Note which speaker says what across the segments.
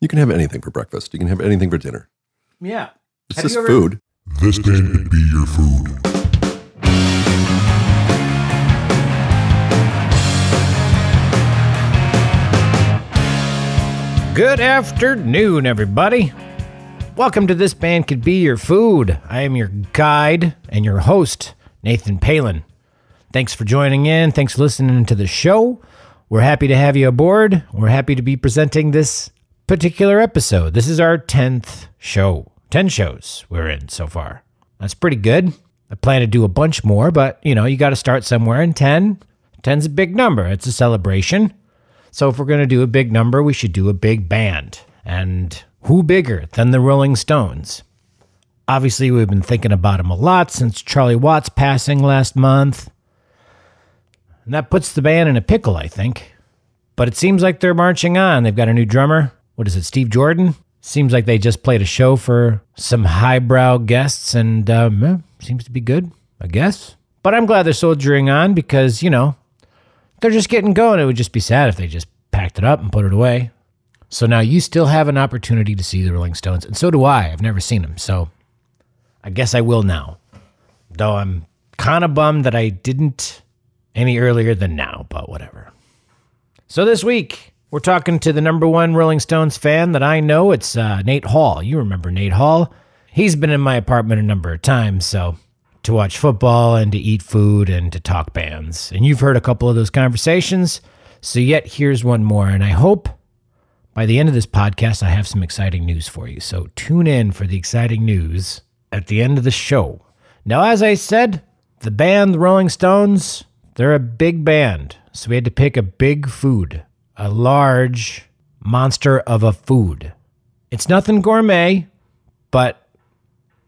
Speaker 1: You can have anything for breakfast. You can have anything for dinner.
Speaker 2: Yeah.
Speaker 1: It's
Speaker 2: Have
Speaker 1: just
Speaker 2: you ever-
Speaker 1: food.
Speaker 3: This then be your food.
Speaker 4: Good afternoon, everybody. Welcome to This Band Could Be Your Food. I am your guide and your host, Nathan Palin. Thanks for joining in. Thanks for listening to the show. We're happy to have you aboard. We're happy to be presenting this particular episode. This is our 10th show. 10 shows we're in so far. That's pretty good. I plan to do a bunch more, but you know, you got to start somewhere, and 10 10's a big number. It's a celebration. So if we're going to do a big number, we should do a big band. And who bigger than the Rolling Stones? Obviously, we've been thinking about them a lot since Charlie Watts passing last month. And that puts the band in a pickle, I think. But it seems like they're marching on. They've got a new drummer. What is it, Steve Jordan? Seems like they just played a show for some highbrow guests and um, eh, seems to be good, I guess. But I'm glad they're soldiering on because, you know, they're just getting going. It would just be sad if they just packed it up and put it away. So now you still have an opportunity to see the Rolling Stones, and so do I. I've never seen them, so I guess I will now. Though I'm kind of bummed that I didn't any earlier than now, but whatever. So this week, we're talking to the number one Rolling Stones fan that I know. It's uh, Nate Hall. You remember Nate Hall. He's been in my apartment a number of times, so to watch football and to eat food and to talk bands. And you've heard a couple of those conversations. So, yet here's one more. And I hope by the end of this podcast, I have some exciting news for you. So, tune in for the exciting news at the end of the show. Now, as I said, the band the Rolling Stones, they're a big band. So, we had to pick a big food, a large monster of a food. It's nothing gourmet, but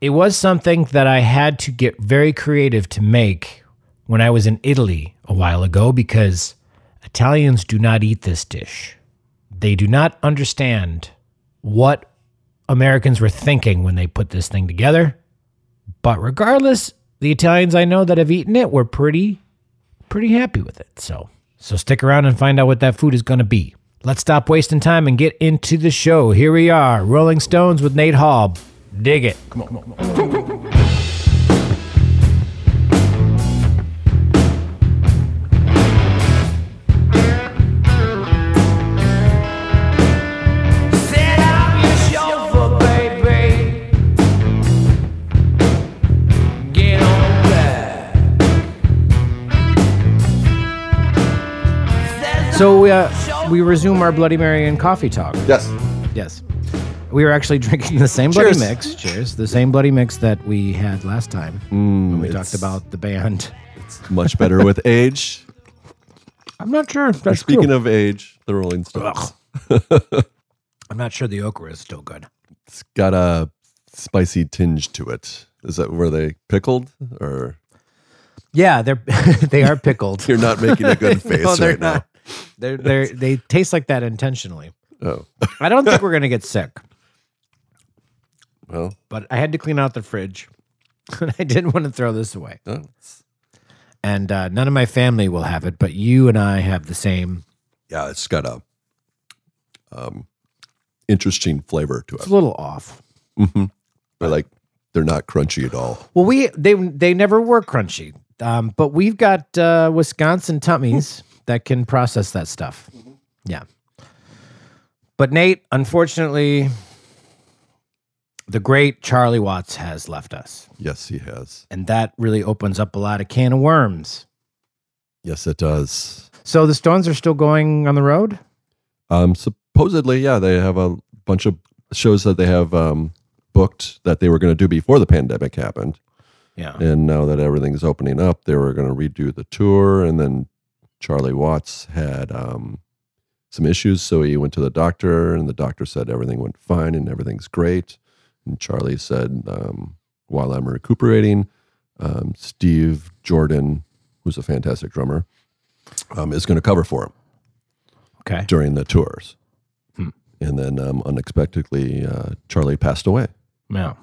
Speaker 4: it was something that I had to get very creative to make when I was in Italy a while ago because Italians do not eat this dish. They do not understand what Americans were thinking when they put this thing together. But regardless, the Italians I know that have eaten it were pretty pretty happy with it. So, so stick around and find out what that food is going to be. Let's stop wasting time and get into the show. Here we are, Rolling Stones with Nate Hall. Dig it.
Speaker 5: Set up your chauffeur, baby. Get on back. Says
Speaker 4: So uh, we resume our Bloody Mary and coffee talk.
Speaker 1: Yes.
Speaker 4: Yes. We were actually drinking the same Bloody
Speaker 1: Cheers.
Speaker 4: Mix. Cheers. The same Bloody Mix that we had last time when we talked about the band.
Speaker 1: It's much better with age.
Speaker 4: I'm not sure if that's
Speaker 1: Speaking of age, the Rolling Stones.
Speaker 4: I'm not sure the okra is still good.
Speaker 1: It's got a spicy tinge to it. Is that where they pickled? Or
Speaker 4: Yeah, they're they are pickled.
Speaker 1: you're not making a good face
Speaker 4: no, they're
Speaker 1: right
Speaker 4: not. They're, they're, they taste like that intentionally.
Speaker 1: now. Oh,
Speaker 4: I don't think we're gonna get sick,
Speaker 1: well,
Speaker 4: but I had to clean out the fridge, and I didn't want to throw this away.
Speaker 1: no, it's-
Speaker 4: And uh, none of my family will have it, but you and I have the same
Speaker 1: yeah, it's got a um, interesting flavor to
Speaker 4: It's
Speaker 1: it.
Speaker 4: a little off.
Speaker 1: They're like they're not crunchy at all.
Speaker 4: Well, we they they never were crunchy, um, but we've got uh, Wisconsin tummies that can process that stuff. Yeah. But Nate, unfortunately, the great Charlie Watts has left us,
Speaker 1: Yes, he has.
Speaker 4: and that really opens up a lot of can of worms.
Speaker 1: Yes, it does.
Speaker 4: So the Stones are still going on the road.
Speaker 1: Um, supposedly, yeah, they have a bunch of shows that they have um, booked that they were going to do before the pandemic happened,
Speaker 4: Yeah.
Speaker 1: and now that everything's opening up, they were going to redo the tour. And then Charlie Watts had um, some issues, so he went to the doctor, and the doctor said everything went fine and everything's great. And Charlie said, um, "While I'm recuperating, um, Steve Jordan, who's a fantastic drummer, um, is going to cover for him."
Speaker 4: Okay.
Speaker 1: during the tours.
Speaker 4: Hmm.
Speaker 1: And then um, unexpectedly, uh, Charlie passed away.
Speaker 4: Yeah.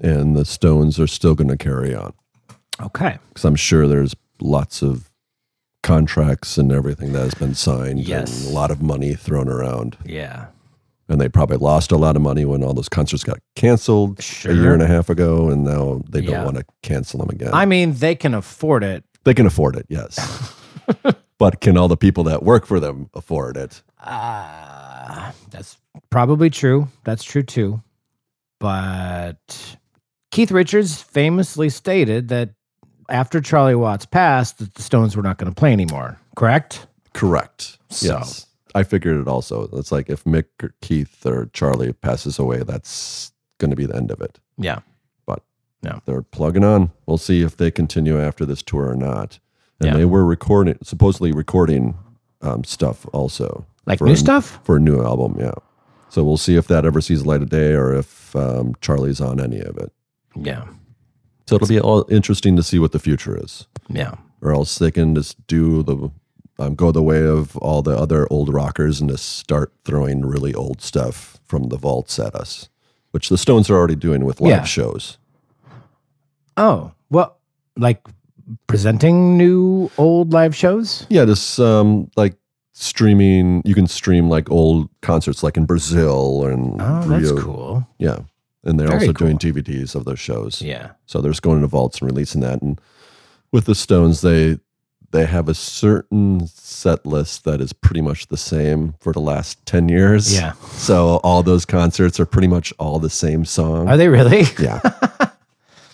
Speaker 1: And the Stones are still going to carry on
Speaker 4: Okay.
Speaker 1: because I'm sure there's lots of contracts and everything that has been signed.
Speaker 4: Yes.
Speaker 1: And a lot of money thrown around.
Speaker 4: Yeah.
Speaker 1: and they probably lost a lot of money when all those concerts got canceled
Speaker 4: Sure.
Speaker 1: a year and a half ago, and now they
Speaker 4: Yeah.
Speaker 1: don't want to cancel them again.
Speaker 4: I mean, they can afford it.
Speaker 1: they can afford it, yes. but can all the people that work for them afford it?
Speaker 4: Uh, that's probably true. That's true too. But Keith Richards famously stated that after Charlie Watts passed, that the Stones were not going to play anymore. Correct?
Speaker 1: Correct.
Speaker 4: So-
Speaker 1: Yes. I figured it also. It's like if Mick or Keith or Charlie passes away, that's going to be the end of it.
Speaker 4: Yeah.
Speaker 1: They're plugging on. We'll see if they continue after this tour or not. And
Speaker 4: Yeah.
Speaker 1: they were recording, supposedly recording um, stuff also.
Speaker 4: Like
Speaker 1: for
Speaker 4: new
Speaker 1: a-
Speaker 4: stuff?
Speaker 1: For a new album, yeah. So we'll see if that ever sees the light of day or if um, Charlie's on any of it.
Speaker 4: Yeah.
Speaker 1: So it'll be all interesting to see what the future is.
Speaker 4: Yeah.
Speaker 1: or else they can just do the um, go the way of all the other old rockers and just start throwing really old stuff from the vaults at us, which the Stones are already doing with live
Speaker 4: Yeah.
Speaker 1: shows.
Speaker 4: Oh, well, like presenting new old live shows?
Speaker 1: Yeah, this um, like streaming. You can stream like old concerts, like in Brazil and
Speaker 4: Oh, that's
Speaker 1: Rio.
Speaker 4: cool.
Speaker 1: Yeah, and they're
Speaker 4: Very
Speaker 1: also
Speaker 4: cool.
Speaker 1: doing DVDs of those shows.
Speaker 4: Yeah.
Speaker 1: So they're just going into vaults and releasing that. And with the Stones, they they have a certain set list that is pretty much the same for the last ten years.
Speaker 4: Yeah.
Speaker 1: So all those concerts are pretty much all the same song.
Speaker 4: Are they really?
Speaker 1: yeah.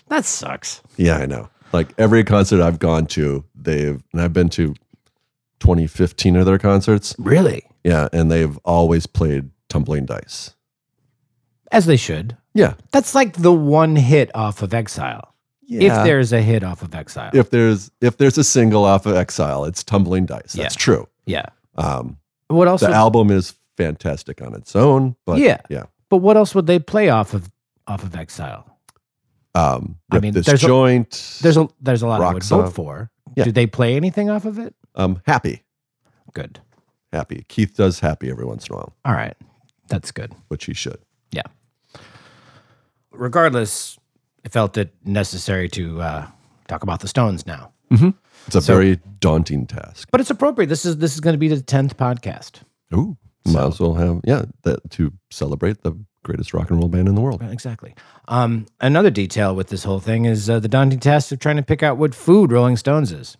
Speaker 4: that sucks.
Speaker 1: Yeah, I know. Like every concert I've gone to, they've and I've been to 2015 of their concerts.
Speaker 4: Really?
Speaker 1: Yeah, and they've always played Tumbling Dice.
Speaker 4: As they should.
Speaker 1: Yeah.
Speaker 4: That's like the one hit off of Exile.
Speaker 1: Yeah.
Speaker 4: If there's a hit off of Exile.
Speaker 1: if there's if there's a single off of Exile, it's Tumbling Dice. That's true.
Speaker 4: Yeah.
Speaker 1: Um,
Speaker 4: What else?
Speaker 1: the
Speaker 4: would-
Speaker 1: album is fantastic on its own, but
Speaker 4: Yeah.
Speaker 1: yeah.
Speaker 4: but what else would they play off of off of Exile?
Speaker 1: Um,
Speaker 4: I mean,
Speaker 1: this
Speaker 4: there's a-
Speaker 1: joint,
Speaker 4: There's a there's a lot I
Speaker 1: Rock
Speaker 4: would vote
Speaker 1: song.
Speaker 4: for.
Speaker 1: Yeah.
Speaker 4: Did they play anything off of it?
Speaker 1: um, happy,
Speaker 4: Good.
Speaker 1: happy. Keith does happy every once in a while,
Speaker 4: All right. That's good.
Speaker 1: which he should.
Speaker 4: Yeah. Regardless, I felt it necessary to uh, talk about the Stones now,
Speaker 1: It's a very daunting task.
Speaker 4: but it's appropriate. This is this is going to be the tenth podcast.
Speaker 1: Ooh, might as well have yeah that to celebrate the greatest rock and roll band in the world.
Speaker 4: Exactly. Um, another detail with this whole thing is uh, the daunting task of trying to pick out what food Rolling Stones is.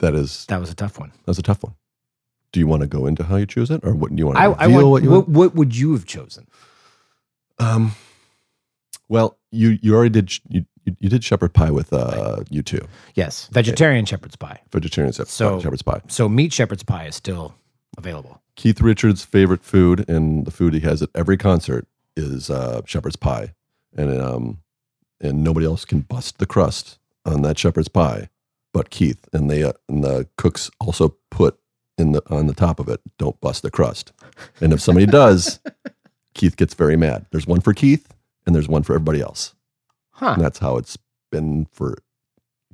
Speaker 1: That is
Speaker 4: That was a tough one.
Speaker 1: that's a tough one. Do you want to go into how you choose it, or what do you want to
Speaker 4: I,
Speaker 1: reveal
Speaker 4: I want,
Speaker 1: what you
Speaker 4: what, what would you have chosen?
Speaker 1: Um, well, you you already did sh- you you, you did shepherd pie with uh you two
Speaker 4: Yes, vegetarian shepherd's pie.
Speaker 1: vegetarian shep-
Speaker 4: So-
Speaker 1: shepherd's pie.
Speaker 4: So meat shepherd's pie is still available.
Speaker 1: Keith Richards' favorite food and the food he has at every concert is uh, shepherd's pie, and um, and nobody else can bust the crust on that shepherd's pie but Keith. And they uh, and the cooks also put in the on the top of it, don't bust the crust. And if somebody does, Keith gets very mad. There's one for Keith and there's one for everybody else.
Speaker 4: Huh?
Speaker 1: And that's how it's been for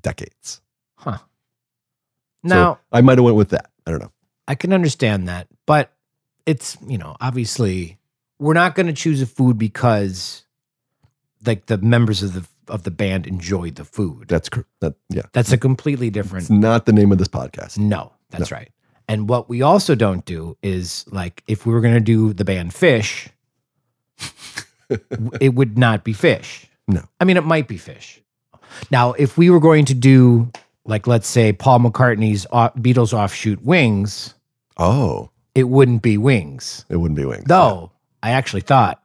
Speaker 1: decades.
Speaker 4: Huh?
Speaker 1: So
Speaker 4: Now
Speaker 1: I might have went with that. I don't know.
Speaker 4: I can understand that, but it's you know obviously we're not going to choose a food because like the members of the of the band enjoyed the food.
Speaker 1: That's cr- that. Yeah,
Speaker 4: That's a completely
Speaker 1: it's
Speaker 4: different.
Speaker 1: not the name of this podcast.
Speaker 4: No, that's right. And what we also don't do is like if we were going to do the band Fish, w- it would not be Fish.
Speaker 1: No.
Speaker 4: I mean, it might be Fish. Now, if we were going to do like, let's say, Paul McCartney's o- Beatles offshoot Wings,
Speaker 1: Oh.
Speaker 4: it wouldn't be Wings.
Speaker 1: It wouldn't be wings.
Speaker 4: Though I actually thought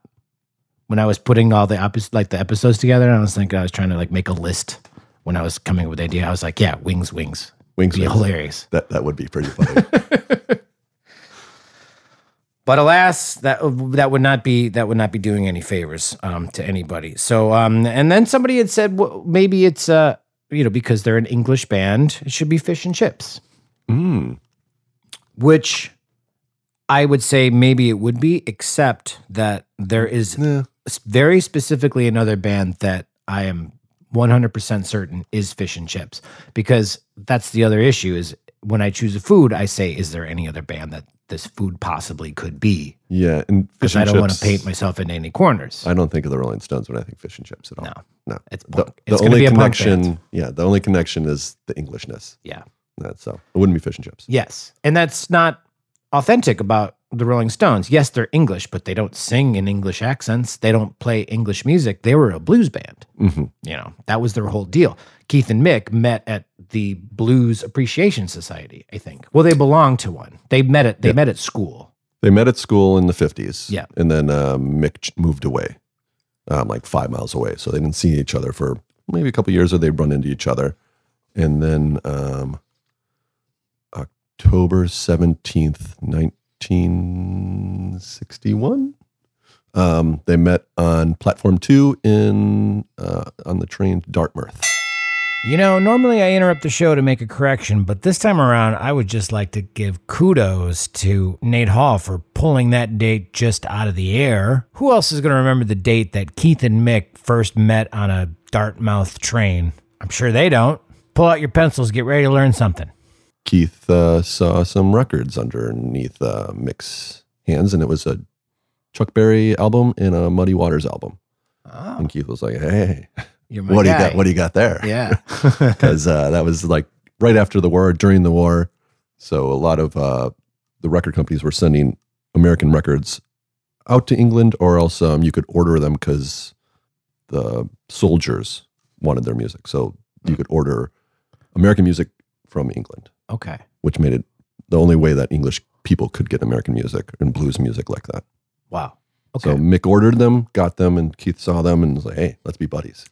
Speaker 4: when I was putting all the episodes, like the episodes together, and I was thinking I was trying to like make a list when I was coming up with the idea. I was like, yeah, Wings, Wings,
Speaker 1: Wings,
Speaker 4: be
Speaker 1: wings.
Speaker 4: hilarious.
Speaker 1: That that would be pretty funny.
Speaker 4: But alas, that that would not be that would not be doing any favors um, to anybody. So, um, and then somebody had said, well, maybe it's uh, you know because they're an English band, it should be fish and chips,
Speaker 1: mm.
Speaker 4: which I would say maybe it would be, except that there is
Speaker 1: Yeah.
Speaker 4: s- very specifically another band that I am 100% certain is fish and chips because that's the other issue is when I choose a food, I say, is there any other band that this food possibly could be?
Speaker 1: Yeah, and fish
Speaker 4: Because
Speaker 1: and
Speaker 4: I don't want to
Speaker 1: chips,
Speaker 4: paint myself in any corners.
Speaker 1: I don't think of the Rolling Stones when I think fish and chips at all.
Speaker 4: No.
Speaker 1: no.
Speaker 4: It's
Speaker 1: The,
Speaker 4: punk.
Speaker 1: the
Speaker 4: it's going to
Speaker 1: only
Speaker 4: be a punk
Speaker 1: connection,
Speaker 4: band.
Speaker 1: yeah, the only connection is the Englishness.
Speaker 4: Yeah.
Speaker 1: That's so it wouldn't be fish and chips.
Speaker 4: Yes. And that's not authentic about the Rolling Stones. Yes, they're English, but they don't sing in English accents. They don't play English music. They were a blues band.
Speaker 1: Mhm.
Speaker 4: You know, that was their whole deal. Keith and Mick met at the Blues Appreciation Society, I think. Well, they belonged to one. They met at they met at school.
Speaker 1: They met at school in the 50s.
Speaker 4: Yeah.
Speaker 1: And then um, Mick ch- moved away, um, like five miles away. So they didn't see each other for maybe a couple years or they'd run into each other. And then um, October 17th, 1961, um, they met on platform two in uh, on the train to Dartmouth.
Speaker 4: You know, normally I interrupt the show to make a correction, but this time around, I would just like to give kudos to Nate Hall for pulling that date just out of the air. Who else is going to remember the date that Keith and Mick first met on a Dartmouth train? I'm sure they don't. Pull out your pencils, get ready to learn something.
Speaker 1: Keith uh, saw some records underneath uh, Mick's hands, and it was a Chuck Berry album and a Muddy Waters album. And Keith was like, "Hey,
Speaker 4: You're Oh. my
Speaker 1: what do you
Speaker 4: guy.
Speaker 1: got? What do you got there?"
Speaker 4: Yeah.
Speaker 1: because uh, that was like right after the war, during the war. So a lot of uh, the record companies were sending American records out to England, or else um, you could order them because the soldiers wanted their music. So
Speaker 4: Hmm.
Speaker 1: you could order American music from England,
Speaker 4: okay.
Speaker 1: which made it the only way that English people could get American music and blues music like that.
Speaker 4: Wow.
Speaker 1: So Mick ordered them, got them, and Keith saw them and was like, "Hey, let's be buddies.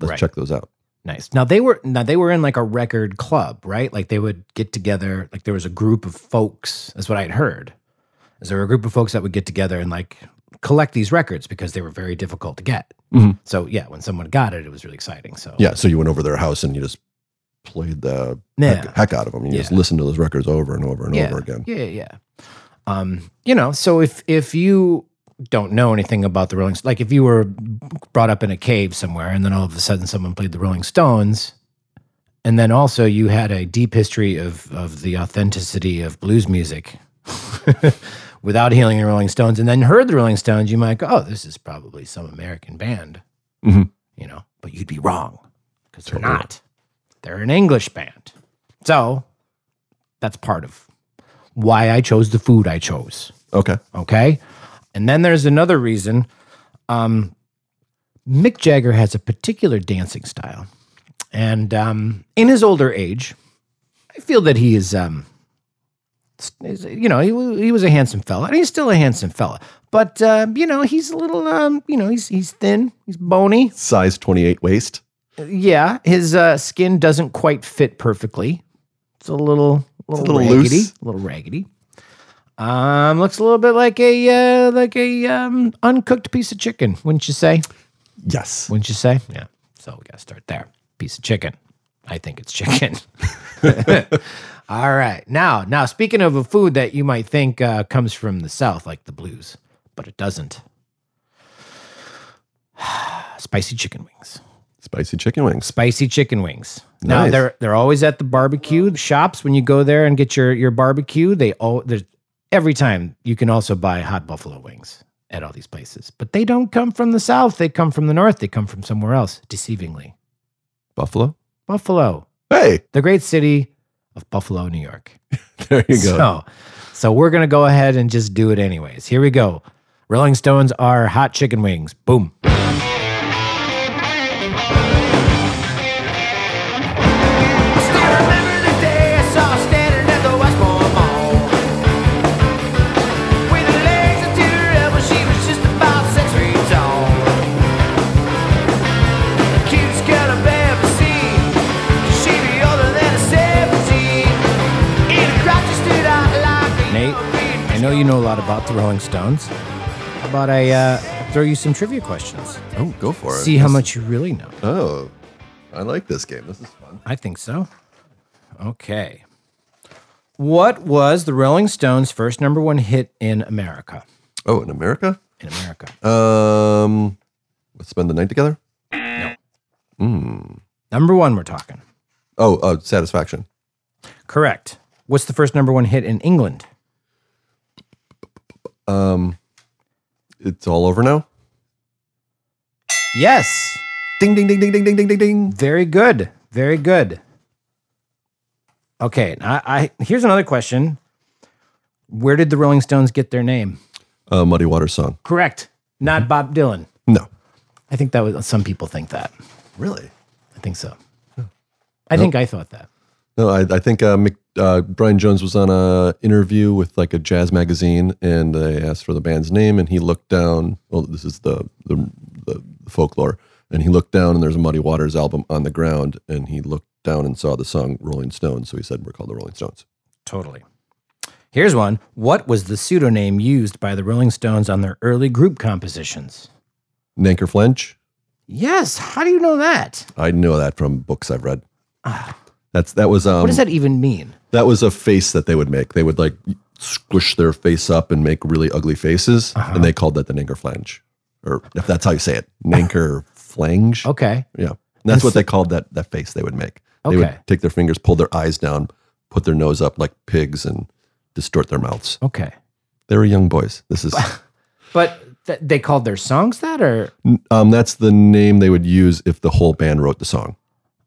Speaker 1: Let's
Speaker 4: Right.
Speaker 1: check those out."
Speaker 4: Nice. Now they were now they were in like a record club, right? Like they would get together. Like there was a group of folks. That's what I had heard. Is there were a group of folks that would get together and like collect these records because they were very difficult to get.
Speaker 1: Mhm.
Speaker 4: So yeah, when someone got it, it was really exciting. So
Speaker 1: Yeah, so you went over their house and you just played the
Speaker 4: yeah,
Speaker 1: heck, heck out of them. You just
Speaker 4: Yeah.
Speaker 1: listen to those records over and over and
Speaker 4: yeah,
Speaker 1: over again.
Speaker 4: yeah, yeah. Um, you know, so if if you don't know anything about the Rolling, like if you were brought up in a cave somewhere, and then all of a sudden someone played the Rolling Stones, and then also you had a deep history of of the authenticity of blues music. Without hearing the Rolling Stones, and then heard the Rolling Stones, you might go, "Oh, this is probably some American band,"
Speaker 1: Mhm.
Speaker 4: you know. But you'd be wrong because they're
Speaker 1: Totally.
Speaker 4: not. They're an English band, so that's part of why I chose the food I chose.
Speaker 1: Okay.
Speaker 4: Okay. And then there's another reason. Um, Mick Jagger has a particular dancing style. And um, in his older age, I feel that he is, um, s- is- you know, he, wa- he was a handsome fella. And he's still a handsome fella. But, uh, you know, he's a little, um, you know, he's, he's thin, he's bony.
Speaker 1: Size 28 waist.
Speaker 4: Yeah. His uh, skin doesn't quite fit perfectly. It's a little, little,
Speaker 1: little
Speaker 4: raggedy,
Speaker 1: loose.
Speaker 4: a little raggedy. Um, looks a little bit like a uh, like a um, uncooked piece of chicken, wouldn't you say?
Speaker 1: Yes.
Speaker 4: Wouldn't you say? Yeah. So we gotta start there. Piece of chicken. I think it's chicken. All right. Now, now speaking of a food that you might think uh, comes from the South, like the blues, but it doesn't. Spicy chicken wings
Speaker 1: Spicy chicken wings.
Speaker 4: spicy chicken wings. Now
Speaker 1: Nice.
Speaker 4: they're they're always at the barbecue shops when you go there and get your your barbecue. They all there's every time you can also buy hot buffalo wings at all these places. But they don't come from the south. They come from the north. They come from somewhere else. Deceivingly,
Speaker 1: Buffalo.
Speaker 4: Buffalo,
Speaker 1: Hey,
Speaker 4: the great city of Buffalo, New York.
Speaker 1: there you go.
Speaker 4: So, so we're gonna go ahead and just do it anyways. Here we go. Rolling Stones are hot chicken wings. Boom.
Speaker 5: Still remember the day I saw her standing at the Westmore Mall. With her legs up to her elbows, she was just about six feet tall. The cutest girl I've ever seen. She'd be older than a seventeen. In a crowd, she stood out like a
Speaker 4: Nate, I know you know a lot about the Rolling Stones. How about I uh, throw you some trivia questions?
Speaker 1: Oh, go for it.
Speaker 4: See how much you really know.
Speaker 1: Oh, I like this game. This is fun.
Speaker 4: I think so. Okay. What was the Rolling Stones' first number one hit in America?
Speaker 1: Oh, in America?
Speaker 4: In America.
Speaker 1: Um, let's spend the night together.
Speaker 4: Number one, we're talking.
Speaker 1: Oh, uh, satisfaction.
Speaker 4: Correct. What's the first number one hit in England?
Speaker 1: Um, it's all over now.
Speaker 4: Yes.
Speaker 1: Ding, ding, ding, ding, ding, ding, ding, ding, ding.
Speaker 4: Very good. Very good. Okay. I, I here's another question. Where did the Rolling Stones get their name?
Speaker 1: Uh, Muddy Water song.
Speaker 4: Correct. Not Bob Dylan.
Speaker 1: No.
Speaker 4: I think that was some people think that.
Speaker 1: Really?
Speaker 4: I think so. I think I thought that.
Speaker 1: No, I, I think uh, Mick, uh, Brian Jones was on a interview with like a jazz magazine, and they asked for the band's name, and he looked down. Well, this is the the, the folklore, and he looked down, and there's a Muddy Waters album on the ground, and he looked down and saw the song Rolling Stones, so he said, "We're called the Rolling Stones."
Speaker 4: Totally. Here's one. What was the pseudonym used by the Rolling Stones on their early group compositions?
Speaker 1: Nanker Flench,
Speaker 4: Yes. How do you know that?
Speaker 1: I know that from books I've read. That's that was um,
Speaker 4: What does that even mean?
Speaker 1: that was a face that they would make. They would like squish their face up and make really ugly faces,
Speaker 4: Uh-huh.
Speaker 1: and they called that the Nanker Flange, or if that's how you say it, Nanker Flange.
Speaker 4: Okay.
Speaker 1: Yeah, And that's what they called that that face they would make. They
Speaker 4: Okay.
Speaker 1: would take their fingers, pull their eyes down, put their nose up like pigs, and distort their mouths.
Speaker 4: Okay.
Speaker 1: They were young boys. This is
Speaker 4: But th- they called their songs that, or
Speaker 1: um, that's the name they would use if the whole band wrote the song.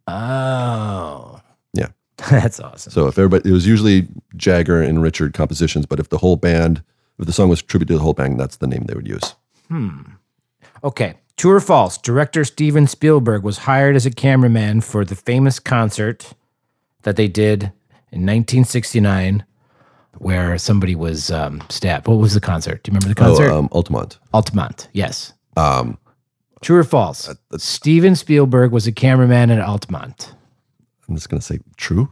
Speaker 4: oh,
Speaker 1: Yeah.
Speaker 4: that's awesome.
Speaker 1: So if everybody, it was usually Jagger and Richard compositions, but if the whole band, if the song was a tribute to the whole band, that's the name they would use.
Speaker 4: Okay. True or false? Director Steven Spielberg was hired as a cameraman for the famous concert that they did in 1969, where somebody was um, stabbed. What was the concert? Do you remember the concert?
Speaker 1: Oh, um, Altamont.
Speaker 4: Altamont. Yes.
Speaker 1: Um, uh,
Speaker 4: True or false? Steven Spielberg was a cameraman at Altamont.
Speaker 1: I'm just gonna say true.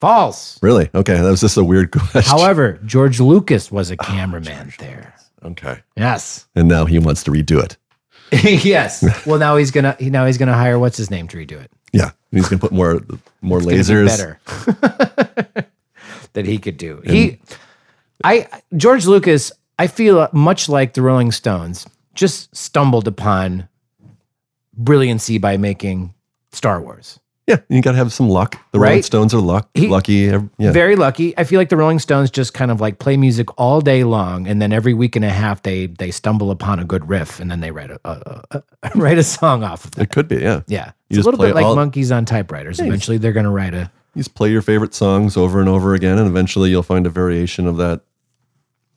Speaker 4: False.
Speaker 1: Really? Okay, that was just a weird question.
Speaker 4: However, George Lucas was a
Speaker 1: Ah,
Speaker 4: cameraman there.
Speaker 1: okay,
Speaker 4: Yes.
Speaker 1: and now he wants to redo it.
Speaker 4: yes. Well, now he's gonna he- now he's gonna hire what's his name to redo it.
Speaker 1: Yeah, he's gonna put more more
Speaker 4: It's
Speaker 1: lasers.
Speaker 4: better that he could do. He, I George Lucas. I feel much like the Rolling Stones. Just stumbled upon brilliancy by making Star Wars.
Speaker 1: Yeah, you gotta have some luck. The Rolling
Speaker 4: Right?
Speaker 1: Stones are luck,
Speaker 4: He-
Speaker 1: lucky. ev- Yeah,
Speaker 4: Very lucky. I feel like the Rolling Stones just kind of like play music all day long, and then every week and a half they they stumble upon a good riff, and then they write a, a, a write a song off of it.
Speaker 1: it could be. Yeah,
Speaker 4: Yeah,
Speaker 1: You
Speaker 4: it's a
Speaker 1: just
Speaker 4: little
Speaker 1: play
Speaker 4: bit like
Speaker 1: all-
Speaker 4: monkeys on typewriters. Eventually, they're going to write a
Speaker 1: you just play your favorite songs over and over again, and eventually you'll find a variation of that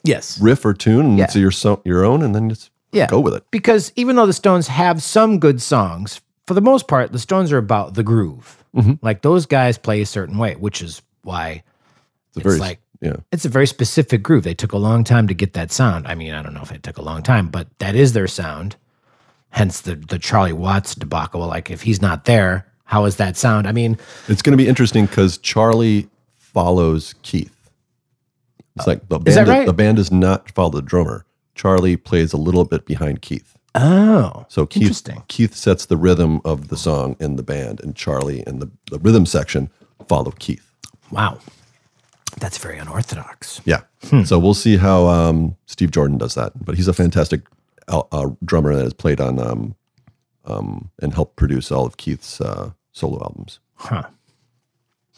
Speaker 4: yes.
Speaker 1: riff or tune, and
Speaker 4: Yeah.
Speaker 1: it's your so- your own, and then just
Speaker 4: Yeah.
Speaker 1: go with it.
Speaker 4: because even though the Stones have some good songs, for the most part, the Stones are about the groove.
Speaker 1: Mm-hmm.
Speaker 4: Like those guys play a certain way, which is why
Speaker 1: It's, a
Speaker 4: It's like-
Speaker 1: yeah,
Speaker 4: it's a very specific groove. They took a long time to get that sound. I mean, I don't know if it took a long time, but that is their sound. Hence the the Charlie Watts debacle. Like if he's not there, how is that sound? I mean,
Speaker 1: It's going to be interesting because Charlie follows Keith. It's like the band.
Speaker 4: is that right?
Speaker 1: The band does not follow the drummer. Charlie plays a little bit behind Keith.
Speaker 4: oh,
Speaker 1: So Keith
Speaker 4: Interesting.
Speaker 1: Keith sets the rhythm of the song in the band, and Charlie and the, the rhythm section follow Keith.
Speaker 4: wow, that's very unorthodox.
Speaker 1: Yeah.
Speaker 4: Hmm.
Speaker 1: So we'll see how um, Steve Jordan does that. But he's a fantastic uh, uh, drummer that has played on um, um, and helped produce all of Keith's uh, solo albums.
Speaker 4: Huh.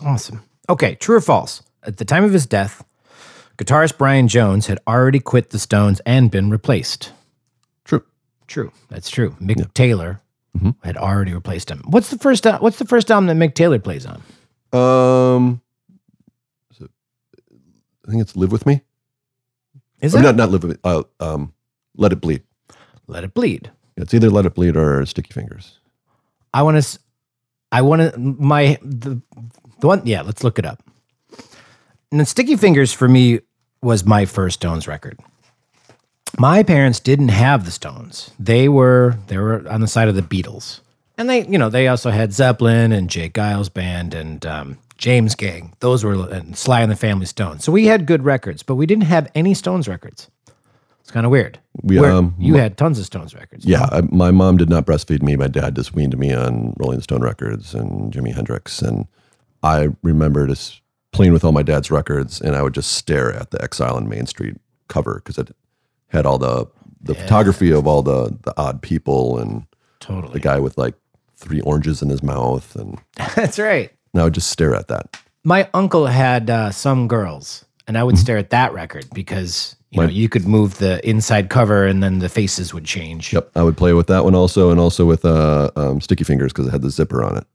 Speaker 4: Awesome. Okay, true or false? At the time of his death, guitarist Brian Jones had already quit the Stones and been replaced.
Speaker 1: True.
Speaker 4: True. Mm-hmm. That's true. Mick Taylor had already replaced him. What's the first al- what's the first album that Mick Taylor plays on?
Speaker 1: Um, is it- I think it's "Live with Me."
Speaker 4: Is
Speaker 1: Or
Speaker 4: it
Speaker 1: not not "Live with Me." Uh, um, "Let It Bleed."
Speaker 4: Let It Bleed?
Speaker 1: It's either "Let It Bleed" or "Sticky Fingers."
Speaker 4: I want to I want to my the, the one yeah, let's look it up. And then Sticky Fingers for me was my first Stones record. My parents didn't have the Stones. They were they were on the side of the Beatles. And they, you know, they also had Zeppelin and Jake Giles band and um, James Gang. Those were and Sly and the Family Stone. So we had good records, but we didn't have any Stones records. It's kind of weird.
Speaker 1: We,
Speaker 4: Where
Speaker 1: um,
Speaker 4: you had tons of Stones records.
Speaker 1: Yeah, I, my mom did not breastfeed me. My dad just weaned me on Rolling Stone records and Jimi Hendrix, and I remember just playing with all my dad's records, and I would just stare at the Exile on Main Street cover because it had all the the photography of all the the odd people and
Speaker 4: totally.
Speaker 1: the guy with like three oranges in his mouth, and,
Speaker 4: That's right.
Speaker 1: and I would just stare at that.
Speaker 4: my uncle had uh, some girls and i would stare at that record because you know
Speaker 1: Mm-hmm. Right.
Speaker 4: you could move the inside cover and then the faces would change
Speaker 1: Yep, I would play with that one also, and also with uh, um, sticky fingers because it had the zipper on it.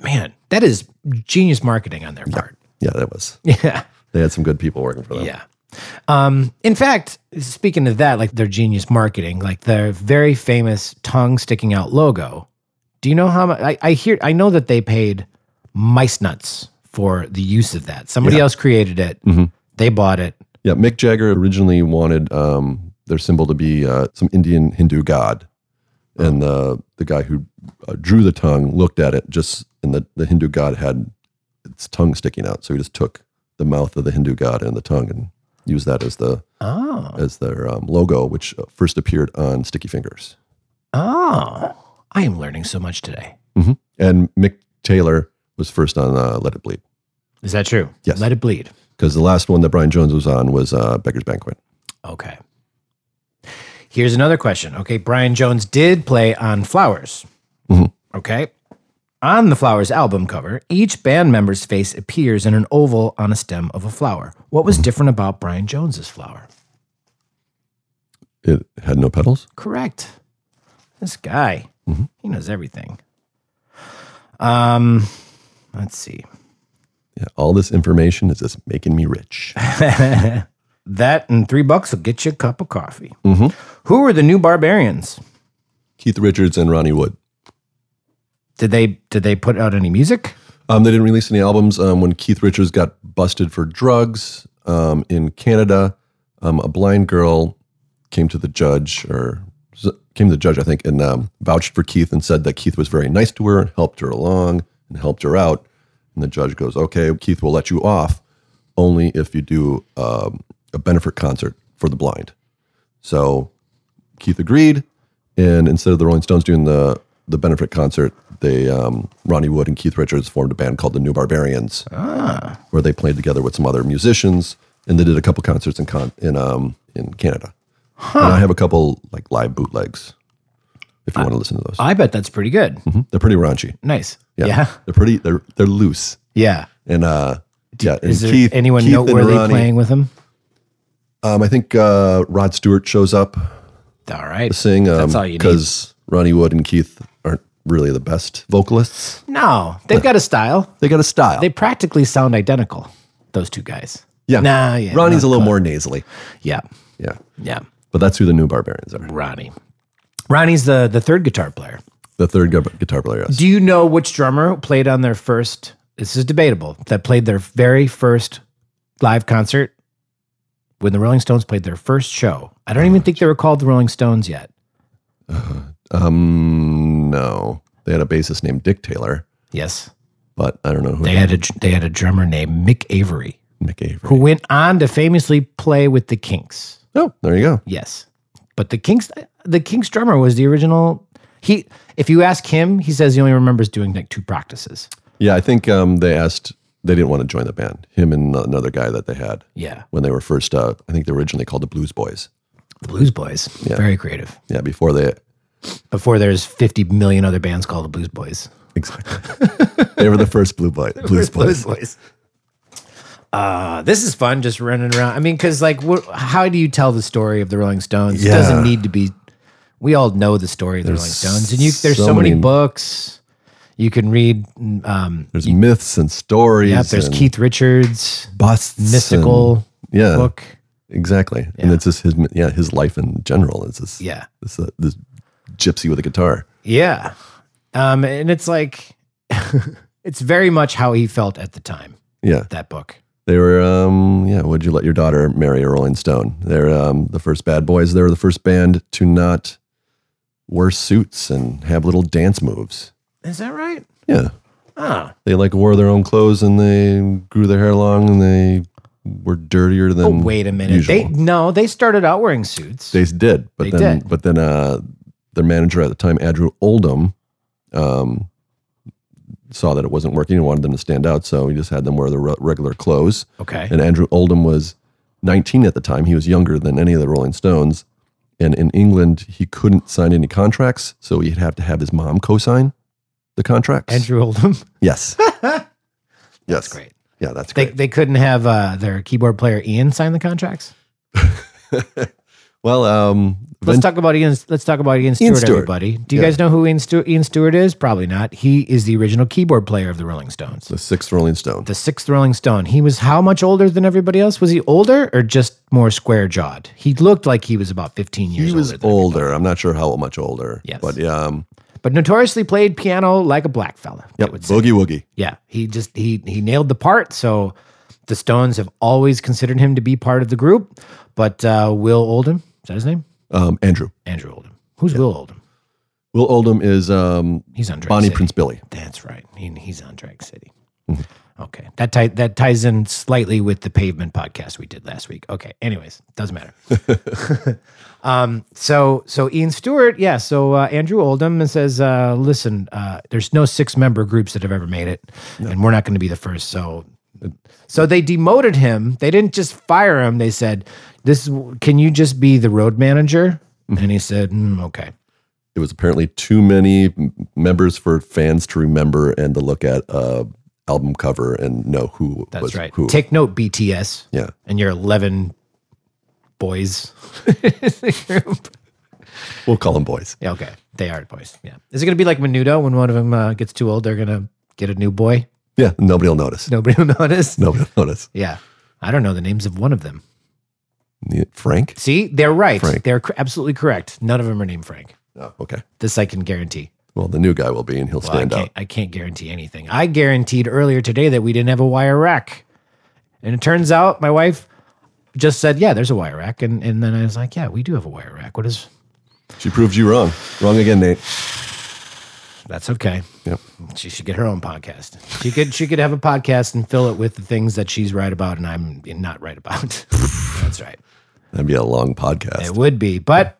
Speaker 4: man that is genius marketing on their part
Speaker 1: Yeah, that was.
Speaker 4: yeah
Speaker 1: They had some good people working for them.
Speaker 4: yeah Um, in fact, speaking of that, like their genius marketing, like their very famous tongue sticking out logo. Do you know how much? I, I hear, I know that they paid mice nuts for the use of that. Somebody else created it.
Speaker 1: Mm-hmm.
Speaker 4: They bought it.
Speaker 1: Yeah, Mick Jagger originally wanted um, their symbol to be uh, some Indian Hindu god, and the the guy who uh, drew the tongue looked at it just, and the, the Hindu god had its tongue sticking out, so he just took the mouth of the Hindu god and the tongue and used that as the
Speaker 4: Oh,
Speaker 1: as their um, logo, which uh, first appeared on Sticky Fingers.
Speaker 4: oh, I am learning so much today.
Speaker 1: And Mick Taylor was first on uh, Let It Bleed
Speaker 4: Is that true?
Speaker 1: Yes.
Speaker 4: Let it bleed.
Speaker 1: because the last one that Brian Jones was on was uh, Beggar's Banquet.
Speaker 4: Okay. Here's another question. Okay, Brian Jones did play on Flowers.
Speaker 1: Mhm.
Speaker 4: Okay. On the Flowers album cover, each band member's face appears in an oval on a stem of a flower. What was different about Brian Jones's flower?
Speaker 1: It had no petals.
Speaker 4: Correct. Mm-hmm. This guy, he knows everything. Um, let's see.
Speaker 1: Yeah, all this information is just making me rich.
Speaker 4: That and three bucks will get you a cup of coffee.
Speaker 1: Mm-hmm.
Speaker 4: Who were the new barbarians?
Speaker 1: Keith Richards and Ronnie Wood.
Speaker 4: Did they did they put out any music?
Speaker 1: Um, they didn't release any albums um, when Keith Richards got busted for drugs um, in Canada. Um, a blind girl came to the judge, or s- came to the judge, I think, and um, vouched for Keith and said that Keith was very nice to her, helped her along, and helped her out. And the judge goes, "Okay, Keith will let you off, only if you do um, a benefit concert for the blind." So Keith agreed, and instead of the Rolling Stones doing the the benefit concert, they um, Ronnie Wood and Keith Richards formed a band called the New Barbarians,
Speaker 4: Ah.
Speaker 1: where they played together with some other musicians, and they did a couple concerts in con- in um, in Canada. And I have a couple like live bootlegs, if
Speaker 4: Uh,
Speaker 1: you want to listen to those.
Speaker 4: I bet that's pretty good.
Speaker 1: Mhm. They're pretty raunchy.
Speaker 4: Nice.
Speaker 1: Yeah. they're pretty. They're they're loose,
Speaker 4: Yeah.
Speaker 1: and uh, yeah. and
Speaker 4: Is there
Speaker 1: Keith-
Speaker 4: anyone
Speaker 1: Keith and
Speaker 4: noteworthy
Speaker 1: Ronnie-
Speaker 4: playing with him?
Speaker 1: Um, I think uh, Rod Stewart shows up.
Speaker 4: All right.
Speaker 1: sing um,
Speaker 4: That's all you need.
Speaker 1: because Ronnie Wood and Keith aren't really the best vocalists.
Speaker 4: No, they've got a style.
Speaker 1: They got a style.
Speaker 4: They practically sound identical, those two guys.
Speaker 1: yeah.
Speaker 4: Nah, yeah.
Speaker 1: Ronnie's a
Speaker 4: not
Speaker 1: little
Speaker 4: close.
Speaker 1: more nasally.
Speaker 4: Yeah.
Speaker 1: Yeah.
Speaker 4: Yeah.
Speaker 1: But that's who the new barbarians are.
Speaker 4: Ronnie. Ronnie's the, the third guitar player.
Speaker 1: The third gu- guitar player. Yes.
Speaker 4: Do you know which drummer played on their first? This is debatable. That played their very first live concert when the Rolling Stones played their first show. I don't even think they were called the Rolling Stones yet.
Speaker 1: um, no. They had a bassist named Dick Taylor,
Speaker 4: Yes,
Speaker 1: but I don't know who
Speaker 4: they had a they had a drummer named Mick Avery
Speaker 1: Mick Avery.
Speaker 4: who went on to famously play with the Kinks.
Speaker 1: Oh, there you go.
Speaker 4: Yes. But the Kinks the Kinks drummer was the original he if you ask him, he says he only remembers doing like two practices.
Speaker 1: Yeah, I think um, they asked they didn't want to join the band. Him and another guy that they had
Speaker 4: Yeah.
Speaker 1: when they were first. Uh, I think they were originally called the Blues Boys.
Speaker 4: The Blues Boys. Very creative.
Speaker 1: Yeah, before they
Speaker 4: Before there's 50 million other bands called the Blues Boys.
Speaker 1: exactly. they were the first Blue Boy, Blues Boys.
Speaker 4: Boys. Uh, this is fun just running around. I mean, because like, what, how do you tell the story of the Rolling Stones? It doesn't
Speaker 1: Yeah.
Speaker 4: need to be. We all know the story of the Rolling Stones, and you, there's so,
Speaker 1: so
Speaker 4: many,
Speaker 1: many-
Speaker 4: books you can read. Um,
Speaker 1: There's myths and stories.
Speaker 4: yeah, there's
Speaker 1: and
Speaker 4: Keith Richards,
Speaker 1: busts and-
Speaker 4: mystical
Speaker 1: yeah,
Speaker 4: book.
Speaker 1: exactly. And it's just his yeah his life in general. It's this
Speaker 4: Yeah,
Speaker 1: this, uh, this gypsy with a guitar.
Speaker 4: yeah, um, and it's like, it's very much how he felt at the time.
Speaker 1: Yeah,
Speaker 4: That book.
Speaker 1: they were um yeah. Would you let your daughter marry a Rolling Stone? They're um the first Bad Boys. They were the first band to not wear suits and have little dance moves.
Speaker 4: Is that right?
Speaker 1: Yeah,
Speaker 4: Ah,
Speaker 1: they like wore their own clothes and they grew their hair long and they were dirtier than.
Speaker 4: oh, wait a minute.
Speaker 1: Mm, usual.
Speaker 4: They no, they started out wearing suits.
Speaker 1: They did, but
Speaker 4: They
Speaker 1: then
Speaker 4: did.
Speaker 1: but then uh, their manager at the time, Andrew Oldham, um, saw that it wasn't working and wanted them to stand out, so he just had them wear their re- regular clothes.
Speaker 4: okay.
Speaker 1: And Andrew Oldham was 19 at the time; he was younger than any of the Rolling Stones. And in England, he couldn't sign any contracts, so he'd have to have his mom co-sign the contracts.
Speaker 4: Andrew Oldham.
Speaker 1: yes, yes,
Speaker 4: Great.
Speaker 1: Yeah, that's
Speaker 4: They
Speaker 1: great.
Speaker 4: they couldn't have uh, their keyboard player Ian sign the contracts.
Speaker 1: Well, um,
Speaker 4: Let's talk about Ian. Let's talk about Ian Stewart,
Speaker 1: Ian Stewart.
Speaker 4: everybody. Do you
Speaker 1: Yeah.
Speaker 4: guys know who Ian Stewart, Ian Stewart is? Probably not. He is the original keyboard player of the Rolling Stones,
Speaker 1: the sixth Rolling Stone.
Speaker 4: the sixth Rolling Stone. He was how much older than everybody else? Was he older or just more square jawed? He looked like he was about fifteen years
Speaker 1: he was
Speaker 4: older, than-
Speaker 1: older. I'm not sure how much older.
Speaker 4: Yes.
Speaker 1: But yeah, um,
Speaker 4: but notoriously played piano like a black fella. they
Speaker 1: yep,
Speaker 4: would say.
Speaker 1: Boogie Woogie.
Speaker 4: Yeah, he just he he nailed the part. So the Stones have always considered him to be part of the group. But uh, Will Oldham is that his name?
Speaker 1: Um, Andrew.
Speaker 4: Andrew Oldham. Who's Will Oldham?
Speaker 1: Will Oldham is um,
Speaker 4: He's on Drake
Speaker 1: Bonnie
Speaker 4: City.
Speaker 1: Prince Billy.
Speaker 4: That's right. He, he's on Drag City. Okay, that tie, that ties in slightly with the pavement podcast we did last week. Okay, anyways, doesn't matter. um, so so Ian Stewart, yeah. So uh, Andrew Oldham says, uh, listen, uh, there's no six member groups that have ever made it, and we're not going to be the first. So so they demoted him. They didn't just fire him. They said, this is- can you just be the road manager? And he said, "Mm, okay.
Speaker 1: It was apparently too many m- members for fans to remember and to look at uh, album cover and know who
Speaker 4: That's
Speaker 1: was
Speaker 4: right.
Speaker 1: who.
Speaker 4: Take note, BTS.
Speaker 1: yeah.
Speaker 4: and your 11 boys in the group.
Speaker 1: We'll call them boys.
Speaker 4: Yeah, okay. They are boys. Yeah. Is it going to be like Menudo when one of them uh, gets too old? They're going to get a new boy.
Speaker 1: Yeah. Nobody will notice.
Speaker 4: Nobody will notice.
Speaker 1: Nobody will notice.
Speaker 4: Yeah. I don't know the names of one of them.
Speaker 1: Yeah, Frank?
Speaker 4: See, they're right.
Speaker 1: Frank.
Speaker 4: They're cr- absolutely correct. None of them are named Frank.
Speaker 1: No. Oh, Okay.
Speaker 4: This I can guarantee.
Speaker 1: Well, the new guy will be and he'll
Speaker 4: Well, I,
Speaker 1: stand
Speaker 4: can't,
Speaker 1: out.
Speaker 4: I can't guarantee anything. I guaranteed earlier today that we didn't have a wire rack. And it turns out my wife just said, yeah, there's a wire rack. And, and then I was like, yeah, we do have a wire rack. What is,
Speaker 1: She proved you wrong. Wrong again, Nate.
Speaker 4: that's okay.
Speaker 1: Yep.
Speaker 4: She should get her own podcast. She could she could have a podcast and fill it with the things that she's right about and I'm not right about. That's right.
Speaker 1: That'd be a long podcast.
Speaker 4: It would be, but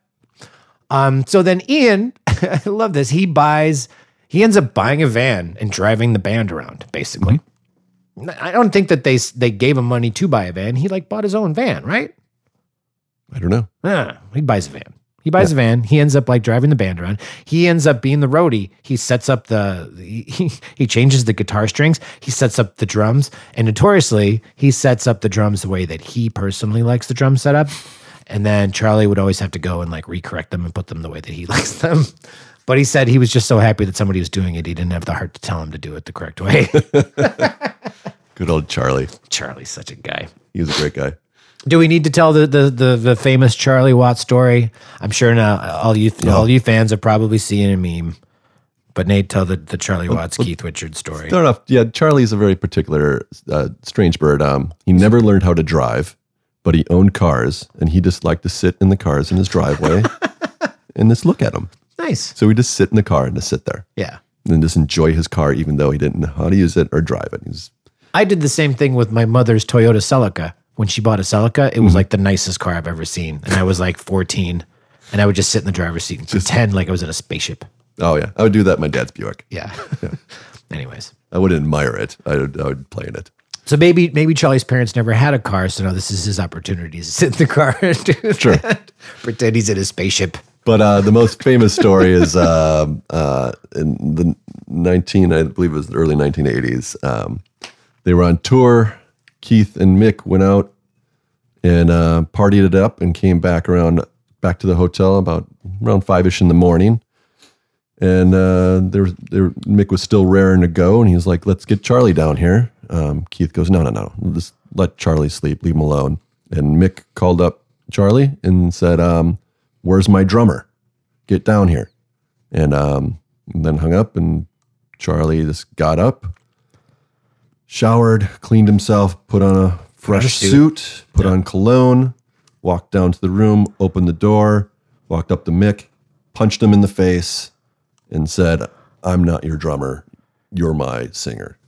Speaker 4: um. So then Ian, I love this. He buys. He ends up buying a van and driving the band around. Basically, I don't think that they s- they gave him money to buy a van. He like bought his own van, right?
Speaker 1: I don't know.
Speaker 4: Ah, he buys a van. He buys a van. He ends up like driving the band around. He ends up being the roadie. He sets up the he, he changes the guitar strings. He sets up the drums, and notoriously, he sets up the drums the way that he personally likes the drum setup. And then Charlie would always have to go and like recorrect them and put them the way that he likes them. But he said he was just so happy that somebody was doing it. He didn't have the heart to tell him to do it the correct way.
Speaker 1: Good old Charlie.
Speaker 4: Charlie's such a guy.
Speaker 1: He was a great guy.
Speaker 4: Do we need to tell the the the, the famous Charlie Watt story? I'm sure now all you all you fans have probably seen a meme. But Nate, tell the, the Charlie Watts Keith Richards story.
Speaker 1: Fair enough. Yeah, Charlie's a very particular, uh, strange bird. Um, he never learned how to drive, but he owned cars, and he just liked to sit in the cars in his driveway and just look at them.
Speaker 4: Nice.
Speaker 1: So he just sit in the car and just sit there
Speaker 4: Yeah.
Speaker 1: and just enjoy his car, even though he didn't know how to use it or drive it. He's
Speaker 4: I did the same thing with my mother's Toyota Celica. When she bought a Celica, it was like the nicest car I've ever seen. And I was like 14. And I would just sit in the driver's seat and pretend like I was in a spaceship.
Speaker 1: oh yeah, I would do that. in My dad's Buick.
Speaker 4: Yeah. Anyways.
Speaker 1: I would admire it. I would, I would play in it.
Speaker 4: So maybe maybe Charlie's parents never had a car, so now this is his opportunity to sit in the car and do
Speaker 1: Sure.
Speaker 4: that. Pretend he's in a spaceship.
Speaker 1: But uh, the most famous story is um uh, in the 19, I believe it was the early 1980s. Um, they were on tour. Keith and Mick went out and uh, partied it up and came back around back to the hotel about around five ish in the morning. And uh, there, was- there, Mick was still raring to go, and he was like, "Let's get Charlie down here." Um, Keith goes, "No, no, no, We'll just let Charlie sleep, leave him alone." And Mick called up Charlie and said, um, "Where's my drummer? Get down here." And, um, and then hung up, and Charlie just got up, showered, cleaned himself, put on a fresh
Speaker 4: suit.
Speaker 1: suit, put on cologne, walked down to the room, opened the door, walked up to Mick, punched him in the face, and said, I'm not your drummer. You're my singer.